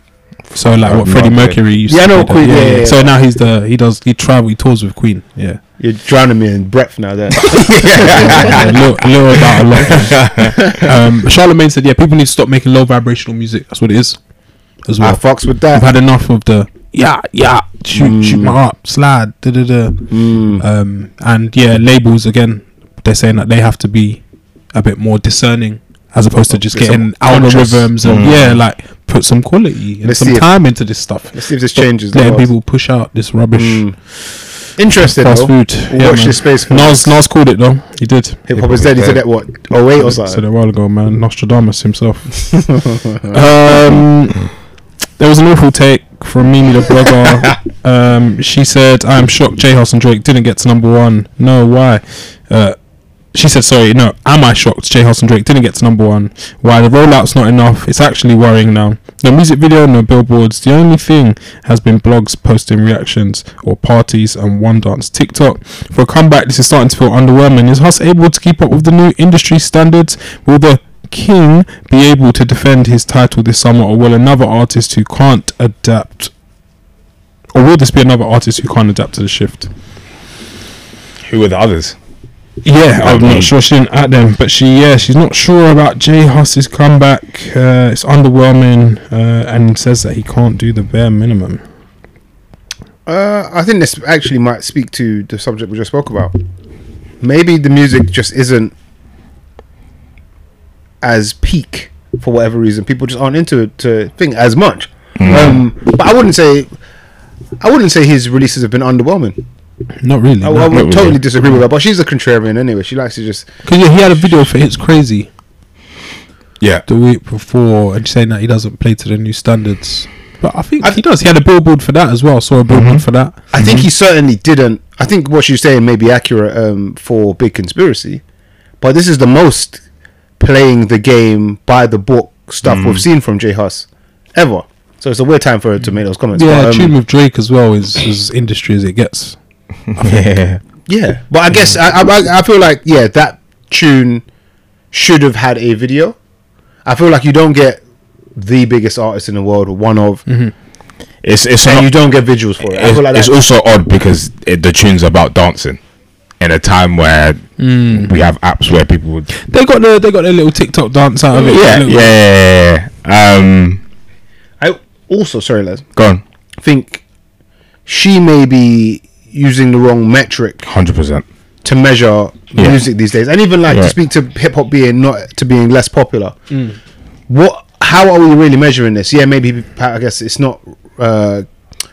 I: So like
K: Oh,
I: what Freddie
K: okay.
I: Mercury used
J: Yeah, I
I: to
J: know
I: do that.
J: Queen, yeah, yeah,
I: So
J: yeah.
I: now he's the he does he travel he tours with Queen. Yeah.
J: You're drowning me in breath now. There.
I: Yeah, little, little doubt a lot. Um, Charlemagne said, "Yeah, people need to stop making low vibrational music. That's what it is." As well,
J: I fucks with
I: I've
J: that.
I: had enough of the yeah, yeah, shoot, shoot
J: Mm.
I: my up, slide, da da da. Um, and yeah, labels again, they're saying that they have to be a bit more discerning as opposed to just
J: Get some
I: getting algorithms and
K: Mm.
I: yeah, like put some quality and
J: Let's see
I: some
J: if-
I: time into this stuff.
J: Let's see if this
I: Stop
J: changes.
I: Letting
J: though.
I: people push out this rubbish
J: Mm. Interesting.
I: fast
J: though.
I: food.
J: We'll Watch this space. for
I: Nas, Nas called it though. He did.
J: Hip hop is dead. He said that what? Oh wait, or something.
I: Said it a while ago, man. Nostradamus himself. um, there was an awful take from Mimi the blogger. um, she said, "I'm shocked J House and Drake didn't get to number one. No, why?" Uh, she said, "Sorry, no. Am I shocked J House and Drake didn't get to number one? Why the rollout's not enough? It's actually worrying now. No music video, no billboards. The only thing has been blogs posting reactions or parties and one dance TikTok. For a comeback, this is starting to feel underwhelming. Is Huss able to keep up with the new industry standards? Will the King be able to defend his title this summer, or will another artist who can't adapt, or will this be another artist who can't adapt to the shift?
K: Who are the others?
I: Yeah, I'm
K: Um,
I: not sure she didn't add them, but she yeah she's not sure about Jay Huss's comeback. Uh, it's underwhelming, uh, and says that he can't do the bare minimum.
J: Uh, I think this actually might speak to the subject we just spoke about. Maybe the music just isn't as peak for whatever reason. People just aren't into it to thing as much.
I: Mm.
J: Um, but I wouldn't say, I wouldn't say his releases have been underwhelming.
I: Not really.
J: I, I
I: Because
J: would totally disagree with her. But she's a contrarian anyway. She likes to just
I: yeah, he had a video for It's Crazy
K: Yeah.
I: the week before, and saying that he doesn't play to the new standards. But I think he does. He had a billboard for that as well. Saw a billboard for that.
J: I think he certainly didn't. I think what she's saying may be accurate um, for Big Conspiracy, but this is the most playing the game by the book stuff we've seen from J Huss ever. So it's a weird time for her to make those comments.
I: Yeah,
J: but, um,
I: tune with Drake as well is as industry as it gets.
K: Yeah.
J: yeah. But I guess I, I, I feel like yeah, that tune should have had a video. I feel like you don't get the biggest artist in the world, or one of,
K: It's it's
J: and
K: not-
J: you don't get visuals for it. I
K: it's,
J: feel like
K: it's
J: that-
K: also odd because it, the tune's about dancing in a time where we have apps where people would
I: They got their they got their little TikTok dance out of it.
K: yeah yeah,
I: Little-
K: yeah, yeah, yeah. um
J: I also sorry, Les.
K: go on
J: think she may be using the wrong metric
K: 100%
J: to measure
K: Yeah.
J: music these days, and even like to
K: Right.
J: speak to hip hop being not to being less popular. What? How are we really measuring this? Yeah, maybe I guess it's not uh,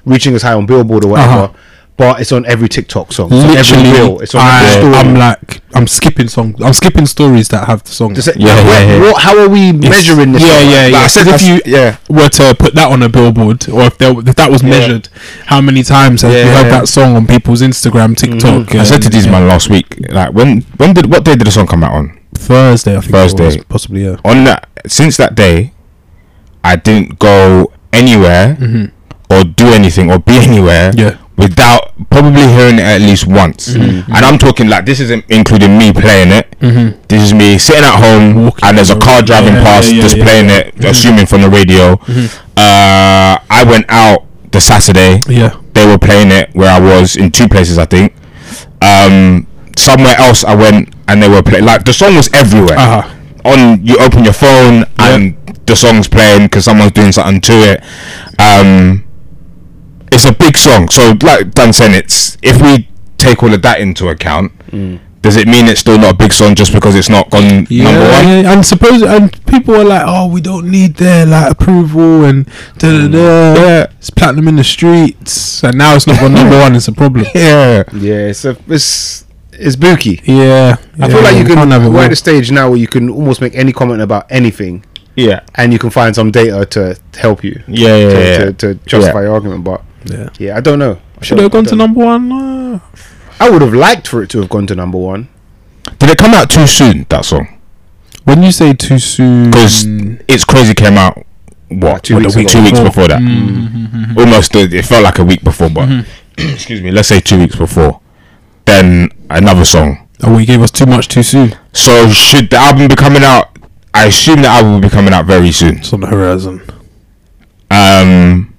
J: reaching as high on Billboard or whatever,
I: Uh-huh.
J: but it's on every TikTok song, it's on every
I: Literally,
J: reel, it's on every
I: I,
J: story.
I: I'm like, I'm skipping songs. I'm skipping stories that have the song.
J: It's like,
K: yeah,
J: what-
K: yeah, yeah.
J: what- how are we measuring this?
I: yeah, yeah, yeah.
K: I said
I: 'Cause if
K: that's-
I: you
K: yeah.
I: were to put that on a billboard, or if, there, if that was measured, how many times have you
K: Yeah.
I: heard that song on people's Instagram,
J: Mm-hmm.
I: TikTok?
K: I said to
I: and-
K: these
I: Um, yeah.
K: man last week like when when did what day did the song come out on
I: Thursday, I think.
K: Thursday.
I: it was, possibly. Yeah.
K: on that since that day I didn't go anywhere or do anything or be anywhere
I: Mm-hmm. Yeah. Mm-hmm.
K: without probably hearing it at least once and I'm talking like this isn't including me playing it this is me sitting at home
I: Walking
K: and there's a
I: around.
K: car driving
I: Yeah,
K: past
I: yeah, yeah,
K: just
I: yeah, Mm-hmm.
K: playing it assuming from the radio uh, I went out the Saturday
I: Yeah.
K: they were playing it where I was in two places I think um, somewhere else I went and they were playing like the song was everywhere
I: Uh-huh.
K: on you open your phone and the song's playing because someone's doing something to it um, it's a big song so like Dan said it's if we take all of that into account does it mean it's still not a big song just because it's not gone number
I: Yeah,
K: one
I: yeah, and suppose and people are like, oh, we don't need their like approval and da da
K: Mm.
I: da. Yeah. It's platinum in the streets, and now it's not on number one. It's a problem.
K: yeah
J: yeah, it's a, it's it's booky.
I: Yeah,
J: I feel like you can.
I: have it
J: We're
I: well.
J: at a stage now where you can almost make any comment about anything,
K: yeah
J: and you can find some data to help you.
K: yeah yeah,
J: to,
K: yeah.
J: to, to justify your argument. But
I: Yeah.
J: yeah, I don't know. I
I: Should
J: don't-
I: have gone to
J: I don't-
I: number one. Uh,
J: I would have liked for it to have gone to number one.
K: did it come out too soon that song
I: when you say too soon,
K: because it's crazy came out
J: Like
K: what
J: Mm. two
K: two,
J: weeks
K: weeks,
J: ago. Oh. Mm-hmm.
K: two weeks before that almost uh, it felt like a week before but excuse me let's say two weeks before then another song
I: oh, we gave us too much too soon.
K: so should the album be coming out I assume the album will be coming out very soon
I: It's on the horizon.
K: um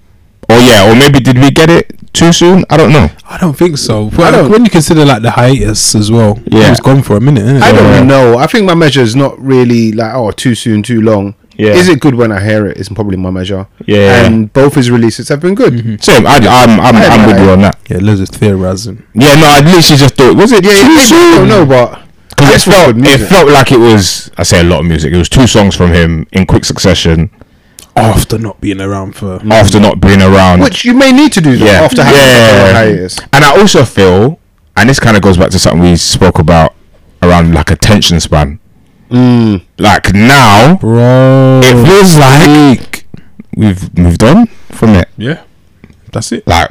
K: or yeah or maybe did we get it too soon? I don't know.
I: I don't think so. Well, when you consider like the hiatus as well,
K: Yeah.
I: he was gone for a minute. Innit?
J: I don't know. I think my measure is not really like oh too soon, too long.
K: Yeah.
J: Is it good when I hear it? Is probably my measure.
K: Yeah.
J: And both his releases have been good.
K: Same. I, I'm I'm, I'm with you on that.
I: Yeah, Liz is theorizing.
K: Yeah. No. I literally just thought. Was it
J: Yeah,
K: too
J: yeah, I
K: soon?
J: don't know, but
K: Because it
J: this was
K: felt
J: good music.
K: it felt like it was. I say a lot of music. It was two songs from him in quick succession
I: After not being around for
K: after not being around.
J: which you may need to do though,
K: yeah.
J: after having a long hiatus.
K: And I also feel, and this kind of goes back to something we spoke about around like attention span.
J: Mm.
K: Like now,
I: bro,
K: it feels like we've moved on from it.
I: yeah, that's it.
K: Like,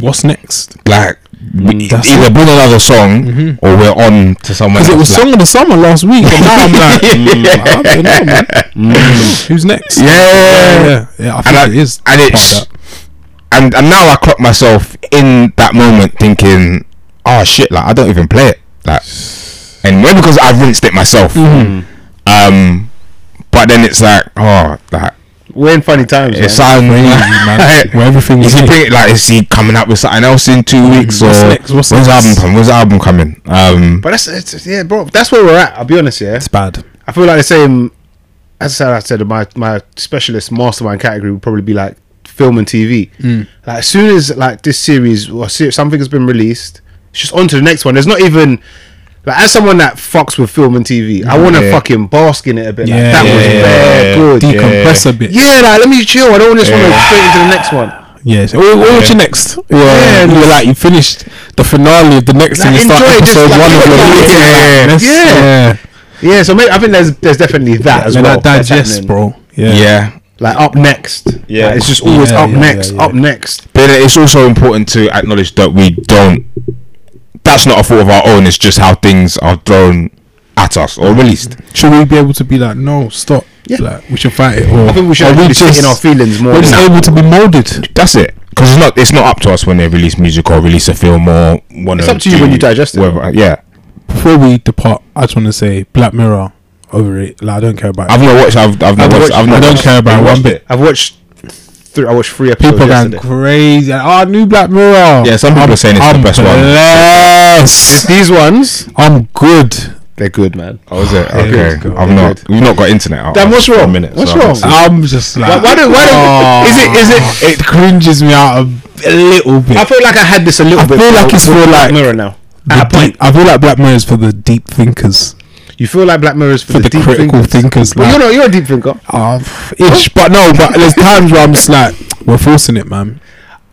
I: What's next?
K: like we
I: That's
K: either bring another song
J: Mm-hmm.
K: or we're on to someone.
I: Because it was
K: else,
I: song of the summer last week, and now I'm like, mm, I don't know, man. Who's next?
K: Yeah.
I: yeah, yeah. yeah I think
K: and I,
I: it is.
K: and
I: part
K: it's
I: of that.
K: and and now I clock myself in that moment thinking, oh shit, like I don't even play it, like, and well because I've rinsed it myself.
I: Mm-hmm.
K: Um, but then it's like, oh, like
J: We're in funny times.
K: it
J: man.
K: sounds
I: man. Where everything
K: is
I: was
K: he
I: new.
K: bringing, like is he coming out with something else in two weeks
I: What's
K: or
I: next? What's
K: when's the
I: next?
K: album coming? When's the album coming? Um,
J: But that's it's, yeah, bro. That's where we're at. I'll be honest, yeah.
I: It's bad.
J: I feel like the same. As I said, I said my my specialist mastermind category would probably be like film and TV.
I: Mm.
J: Like as soon as like this series or se- something has been released, it's just on to the next one. There's not even like as someone that fucks with film and TV, I want to
K: Yeah.
J: fucking bask in it a bit. Like,
I: Yeah,
J: that was
I: yeah,
J: very good.
I: Decompress a bit.
J: Yeah, like let me chill. I don't just want to straight into the next one.
I: Yeah. So, what, what's your next? Yeah. you were like you finished the finale of the next
J: Like,
I: thing. You start
J: enjoy this,
I: episode
J: like,
I: one of your
J: yeah,
I: meeting,
K: yeah,
I: like,
J: yeah.
I: yeah.
J: Yeah, so maybe I think there's there's definitely that as
I: Then
J: well.
I: I
J: that's
I: digest,
J: happening.
I: bro. Yeah.
K: yeah,
J: Like up next.
K: Yeah.
J: Like, it's just always
I: Yeah,
J: up
I: yeah,
J: next,
I: yeah, yeah.
J: up next.
K: But it's also important to acknowledge that we don't. That's not a fault of our own. It's just how things are thrown at us or released.
I: Should we be able to be like, no, stop?
J: Yeah.
I: Like, we should fight it. Or
J: I think we should
I: are
J: really sit in our feelings more.
I: We're just able to be molded.
K: That's it. Because it's not. It's not up to us when they release music or release a film or one.
J: It's up to you when you digest it.
K: yeah,
I: Before we depart, I just want to say Black Mirror over it. Like, I don't care about
K: I've
I: it.
K: not watched. I've, I've not
I: I've
K: watched.
I: watched-
K: I've not
I: I don't
K: watched-
I: care about
K: I've
I: one
K: watched
I: bit.
K: it.
J: I've watched three I watched three episodes.
I: People going
J: yesterday.
I: crazy. Oh, new Black Mirror.
K: Yeah, some people are saying it's the
I: I'm
K: best one.
I: blessed.
J: These ones
I: I'm good.
J: they're good, man.
K: Oh, is it?
I: let's
K: Okay.
I: go.
K: I've not. We've not got internet. out
J: Dan, what's
K: for a
J: wrong?
K: minute,
J: What's
K: so I
J: wrong?
K: can't see.
I: I'm just like
J: why do- why do-
I: is it is it it cringes me out a, a little bit.
J: Oh. I feel like I had this a little
I: I
J: bit.
I: feel like it's
J: with
I: for,
J: Black
I: like-
J: Mirror now.
I: The
J: At a point,
I: deep- I feel like Black Mirror is for the deep thinkers,
J: you feel like Black Mirror is for,
I: for the,
J: the, deep
I: critical
J: thinkers.
I: thinkers.
J: Well,
I: like,
J: you're not. You're a deep thinker.
I: uh, ish, but no, but there's times where I'm just like, we're forcing it, man.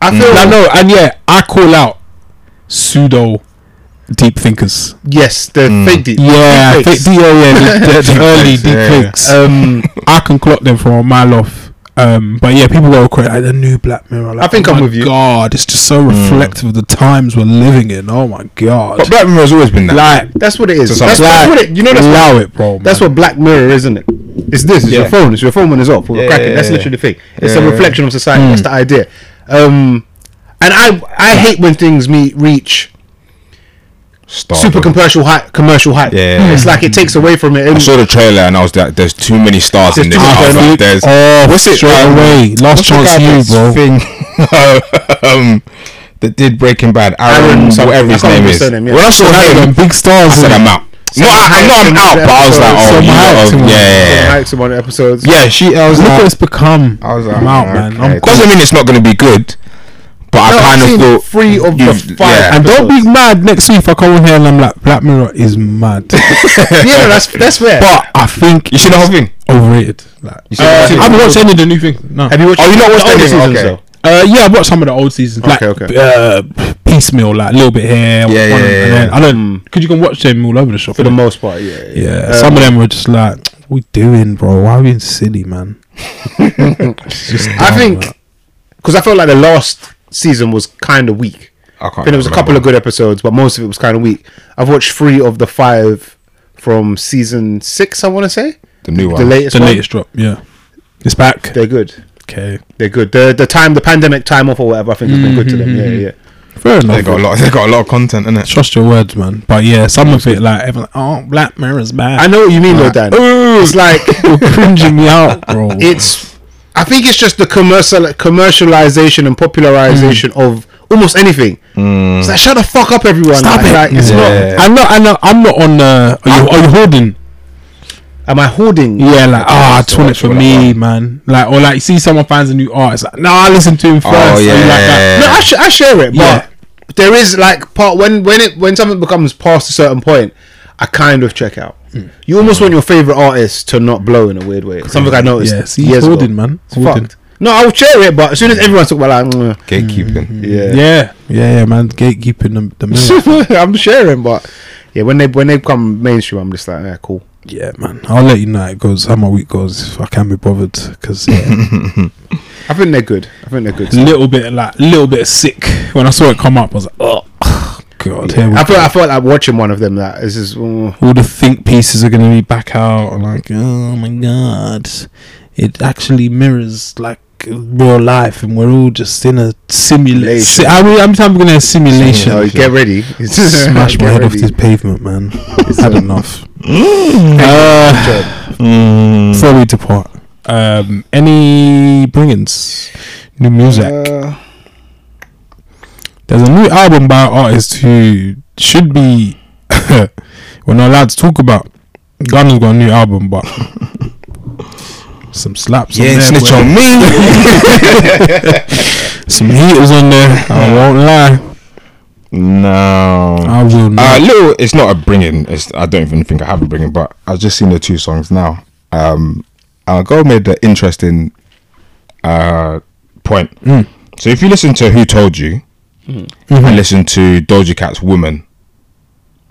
J: I feel.
I: And I
J: like,
I: know, and yeah, I call out pseudo deep thinkers.
J: Yes, the fake deep.
I: Yeah,
J: deep
I: fake,
J: fakes.
I: yeah, yeah, the, the, the early deep
K: yeah, yeah.
I: fakes. Um, I can clock them from a mile off. Um, but yeah, people go crazy. Like the new Black Mirror. Like,
J: I think
I: oh
J: I'm
I: my
J: with you.
I: God, it's just so
K: Hmm.
I: reflective of the times we're living in. Oh my God.
K: But Black Mirror's always been that.
I: like,
J: That's what it is.
K: some-
J: That's, that's what it. You know that's what,
I: allow it, bro.
J: that's
I: man.
J: what Black Mirror is, isn't it? It's this. It's your
K: Yeah.
J: phone. It's your phone when it's off. We're
K: Yeah,
J: cracking.
K: yeah,
J: That's
K: yeah.
J: literally the thing. It's
K: Yeah.
J: a reflection of society. That's the idea. Um, and I I hate when things meet reach
K: Stop.
J: super commercial hype. Commercial hype.
K: Oh, Yeah.
J: It's like it takes away from it.
K: I
J: And
K: saw the trailer and I was like, "There's too many stars in
J: There's
K: this."
J: too
K: I was
J: many-
K: like, "There's
I: Oh,
K: what's it?
I: straight
K: um,
I: away. Last
K: what's the
I: chance
K: guy
I: you,
K: that's
I: bro.
K: Thing, um, that did Breaking Bad. Aaron,
J: Aaron-
K: so whatever
J: I
K: his name
J: can't remember
K: is.
J: his surname, yeah.
K: When I saw him,
I: big stars.
K: I said
I: innit?
K: I'm out. No, I, I know I'm out, but I was like, "Oh,
I: Some
K: you
I: hype to
K: know,
I: me.
K: yeah, yeah, yeah."
J: Some episodes.
K: yeah. She, I was
I: Look what
K: like,
I: it's become.
K: I was like, oh
I: I'm out,
K: okay.
I: man. I'm cool.
K: Doesn't mean it's not going to be good, but I
J: I've
K: kind
J: seen
K: of thought
J: three of the
K: you've-
J: five
K: yeah.
I: And don't be mad next week if I come on here and I'm like, Black Mirror is mad.
J: yeah, no, that's that's fair.
K: But
I: I think
K: you see the whole thing.
I: overrated. Like,
K: see the whole
I: I haven't
K: thing?
I: watched any of the new thing. No.
J: have you watched?
K: Oh, you not watched
J: the older
K: any?
J: seasons,
K: Okay.
J: though?
I: Uh, yeah, I've watched some of the old seasons. Like,
J: Okay, okay.
I: Uh, piecemeal, like a little bit here.
K: Yeah, yeah,
I: and
K: yeah,
I: then-
K: yeah.
I: I don't because you can watch them all over the shop.
J: Hmm. For the Um,
I: innit?
J: most part, yeah. yeah.
I: yeah, some of them were just like, "What we doing, bro? Why are we being silly, man?"
J: I think because I felt like the last season was kind of weak.
K: I can't
J: I think there was a
K: remember.
J: couple of good episodes, but most of it was kind of weak. I've watched three of the five from season six. I want to say
K: The new
J: the
K: one.
J: latest.
I: the
J: one.
I: latest drop, yeah, it's back.
J: They're good.
I: Okay,
J: They're good. The the time the pandemic time off or whatever. I think has been good to them. Yeah,
I: Mm-hmm.
J: yeah.
I: fair
K: They
I: enough.
K: got a lot. They got a lot of content in it.
I: Trust your words, man. But yeah, some of it, like, everyone, like, oh, Black Mirror's bad.
J: I know what you mean though, Dan.
K: Oh.
J: It's like
I: You're cringing me out, bro. Mm.
J: it's I think it's just the commercial commercialization and popularization of almost anything. It's like shut the fuck up, everyone.
I: Stop
J: like,
I: it.
J: like, it's
K: Yeah.
I: I know, I know, I'm not on the. Are you, are you hoarding?
J: not. Am I hoarding?
I: Yeah, like ah,
K: so
I: oh, I want it
K: much
I: for
K: for that
I: me, man. Like or like, see someone finds a new artist, like, nah, I listen to him first.
K: Oh,
I: and
K: yeah.
I: like that.
J: No, I, sh- I share it, but
I: Yeah.
J: there is like part when when it when something becomes past a certain point, I kind of check out.
I: Hmm.
J: You almost want your favorite artist to not blow in a weird way. Something I noticed.
I: Yeah, see,
J: years ago.
I: hoarding, man.
J: It's
I: Hoarding.
J: fucked. No, I'll share it, but as soon as everyone's talking about like, mm,
K: Gatekeeping.
J: yeah,
I: Yeah, yeah, yeah, man. Gatekeeping the, the mill.
J: I'm sharing, but yeah, when they when they come mainstream, I'm just like, yeah, cool.
I: yeah, man. I'll let you know how it goes, how my week goes, if I can be bothered. Because yeah,
J: I think they're good. I think they're good.
I: a little bit, like, little bit sick. When I saw it come up, I was like, oh, God, here we
J: I
I: go.
J: felt I felt like watching one of them. That is just mm,
I: All the think pieces are going to be back out. and like, oh my God. It actually mirrors, like, real life, and we're all just in a simulation.
J: Simulation.
I: I mean, I'm talking in a simulation.
J: oh, get ready.
I: Smash my
J: Get
I: head off
J: ready.
I: this pavement, man. It's had enough. uh, before we depart, um, any bringings? New music.
J: Uh,
I: There's a new album by an artist who should be we're not allowed to talk about. Gunna's got a new album, but some slaps. on
K: Yeah,
I: there,
K: snitch
I: boy.
K: on me.
I: Some heat was on there. I won't lie.
K: no.
I: I will
K: Uh,
I: not.
K: little, it's not a bringing. It's I don't even think I have a bringing, but I've just seen the two songs now. Um, uh, Go made an interesting uh point. So if you listen to Who Told You, and listen to Doja Cat's Woman,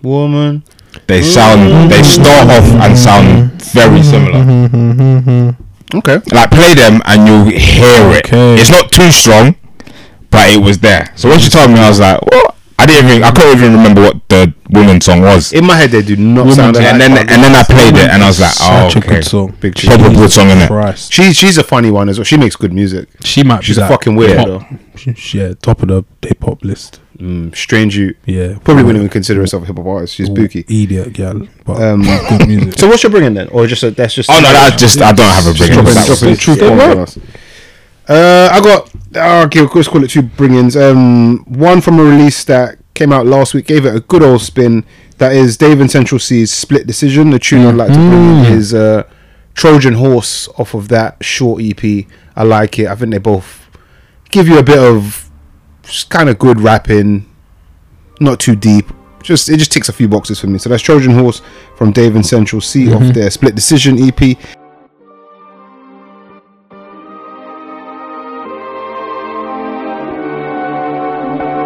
J: woman.
K: they sound they start off and sound very similar.
J: Okay.
K: Like play them and you'll hear it.
I: Okay.
K: It's not too strong, but it was there. So when she told me, I was like, what? I didn't even I couldn't even remember what the woman song was.
J: In my head, they do not sound like
K: and then and then I played it and I was like, oh,
I: Such a
K: okay.
I: good song.
J: Big
K: Proper good song, innit?
I: Christ.
J: She she's a funny one as well. She makes good music.
I: She might
J: She's
I: be
J: a
I: that
J: fucking weirdo.
I: top- she- Yeah, top of the hip hop list.
J: Mm, strange you.
I: Yeah,
J: Probably wouldn't even consider herself a hip hop artist. She's booky.
I: Idiot girl, but
J: Um,
I: good music.
J: So what's your bringing then, or just a, that's just?
K: Oh no, that's just I don't have a big.
J: dropping,
K: that was-
J: dropping truth bombs on us. Uh, I got oh, okay. Let's call it two bring-ins. Um, one from a release that came out last week. Gave it a good old spin. That is Dave and Central C's split decision. The tune I'd like to bring in is uh, Trojan Horse off of that short EP. I like it. I think they both give you a bit of just kind of good rapping, not too deep. Just it just ticks a few boxes for me. So that's Trojan Horse from Dave and Central C off their split decision EP.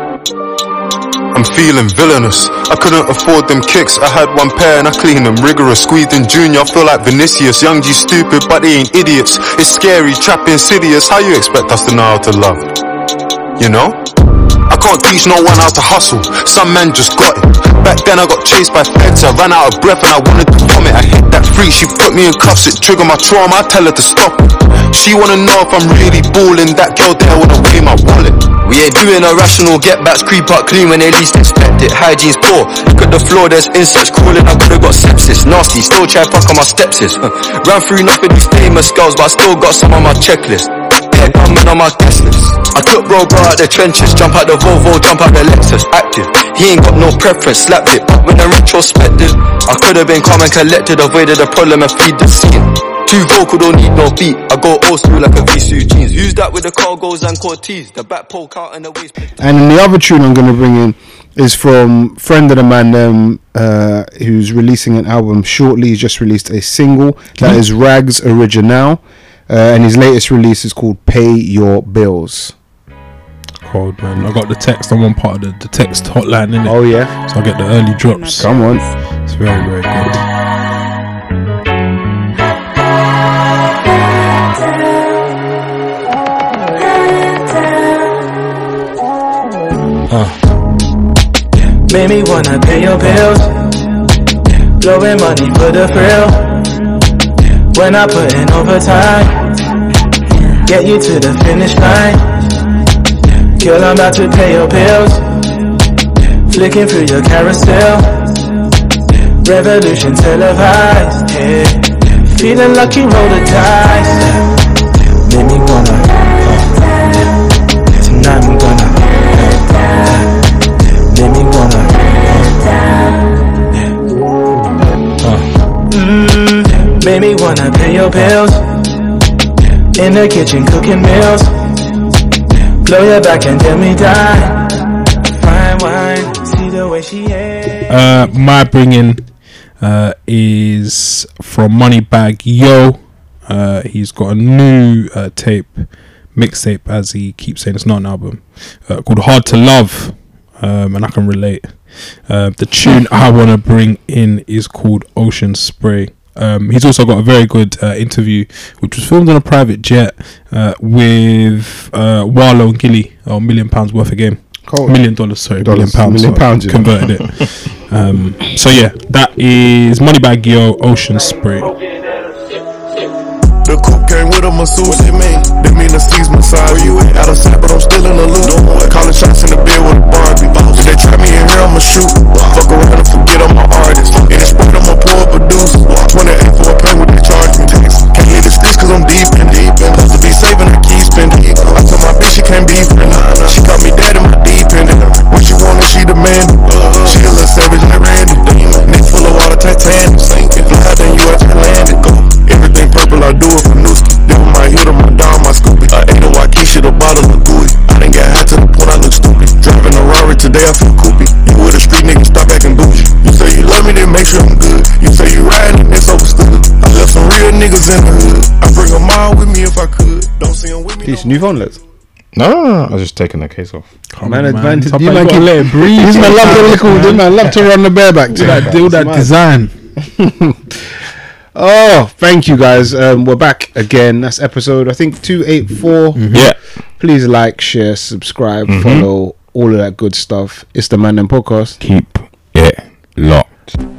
L: I'm feeling villainous. I couldn't afford them kicks. I had one pair and I cleaned them rigorous. Squeezed in junior, I feel like Vinicius. Young G stupid, but they ain't idiots. It's scary, trap insidious. How you expect us to know how to love? You know? I can't teach no one how to hustle. Some man just got it. Back then I got chased by feds. I ran out of breath and I wanted to vomit. I hit that freak. She put me in cuffs. It triggered my trauma. I tell her to stop. it. She wanna know if I'm really balling. That girl there wanna weigh my wallet. We ain't doing irrational get backs. Creep up clean when they least expect it. Hygiene's poor. Look at the floor. There's insects crawling. I could've got sepsis. Nasty. Still try fuck on my stepsis. Ran through nothing. These famous girls, but I still got some on my checklist. Yeah, coming on my guest list. I took bro bro out the trenches, jump out the Volvo, jump out the Lexus, active. He ain't got no preference, slapped it. But when the retrospective, I could have been calm and collected, avoided the problem and feed the scene. Too vocal, don't need no beat. I go old school like a V-suit jeans. Use that with the cargos and Cortez. The back poke out and the waist.
J: And then the other tune I'm going to bring in is from friend of the man um, uh, who's releasing an album shortly. He's just released a single that is Rags Original, uh, and his latest release is called "Pay Your Bills."
I: Cold man. I got the text on one part of the, the text hotline in it,
J: Oh yeah,
I: so I get the early drops.
J: come on!
I: It's very very good.
E: Made me wanna pay your bills. Blowing money for the thrill. When I put in overtime, get you to the finish line. Girl, I'm about to pay your bills. Flicking through your carousel. Revolution televised. Yeah. Feeling lucky, roll the dice. Made me wanna. Tonight I'm gonna. Mm-hmm. Made me wanna pay your bills. In the kitchen cooking meals. Blow your back and get me die. Fine wine, see the way she is.
I: Uh, my bringing uh, is from Moneybag Yo. Uh, he's got a new uh, tape, mixtape, as he keeps saying, it's not an album, uh, called Hard to Love, um, and I can relate. Uh, the tune I want to bring in is called Ocean Spray. Um, he's also got a very good uh, interview, which was filmed on a private jet uh, with uh, Wallow and Gilly, or Million Pounds Worth a Game.
J: Cool.
I: Million dollars, sorry, million
J: Dollars,
I: pounds.
J: million
I: sorry,
J: pounds, you know.
I: converted it. Um, so yeah, that is Moneybag Yo Ocean Spray.
L: The coupe came with a masseuse. What it mean? That mean the seas massage. Where you at? Out of sight, but I'm still in the loop. No more calling shots in the bed with a Barbie. If they try me in here, I'ma shoot. Fuck around and forget I'm an artist. In the sport, I'ma pour a producer. 28 for a pain with the charge me. Can't leave the streets cause I'm deep in deep in. Supposed to be saving, I keep spending. I told my bitch she can't be friend. She called me dad in my deep end. What she wanted, she demanded. She a little savage like Randy. Neck full of water, Titanic. Sinking. Fly, then you Atlantic. Everything purple, I do it for Nooski. Then my hitter, my dog, my Scooby. I ate a Waikisha, the bottle of gooey. I done got high to the point I look stupid. Driving a Rari today, I feel coopy. You with a street nigga, stop acting bougie. You say you love me, then make sure I'm good. You say you riding, it's overstood. I left some real niggas in the hood. I bring them all with me if I could. Don't see them with me.
J: These new phone looks.
K: No, no, no, I was just taking the case off.
J: Oh, Man, advantage.
I: Top
J: You
I: man, you
J: man can
I: gotta let it breathe
J: This man love to
I: sometimes,
J: little. This
I: man.
J: man love to run the bareback.
I: Do that- do that design.
J: oh, thank you guys. Um, we're back again. That's episode I think two eight four.
K: Yeah.
J: Please like, share, subscribe,
K: Mhm.
J: follow, all of that good stuff. It's the Man and Podcast.
K: Keep it locked.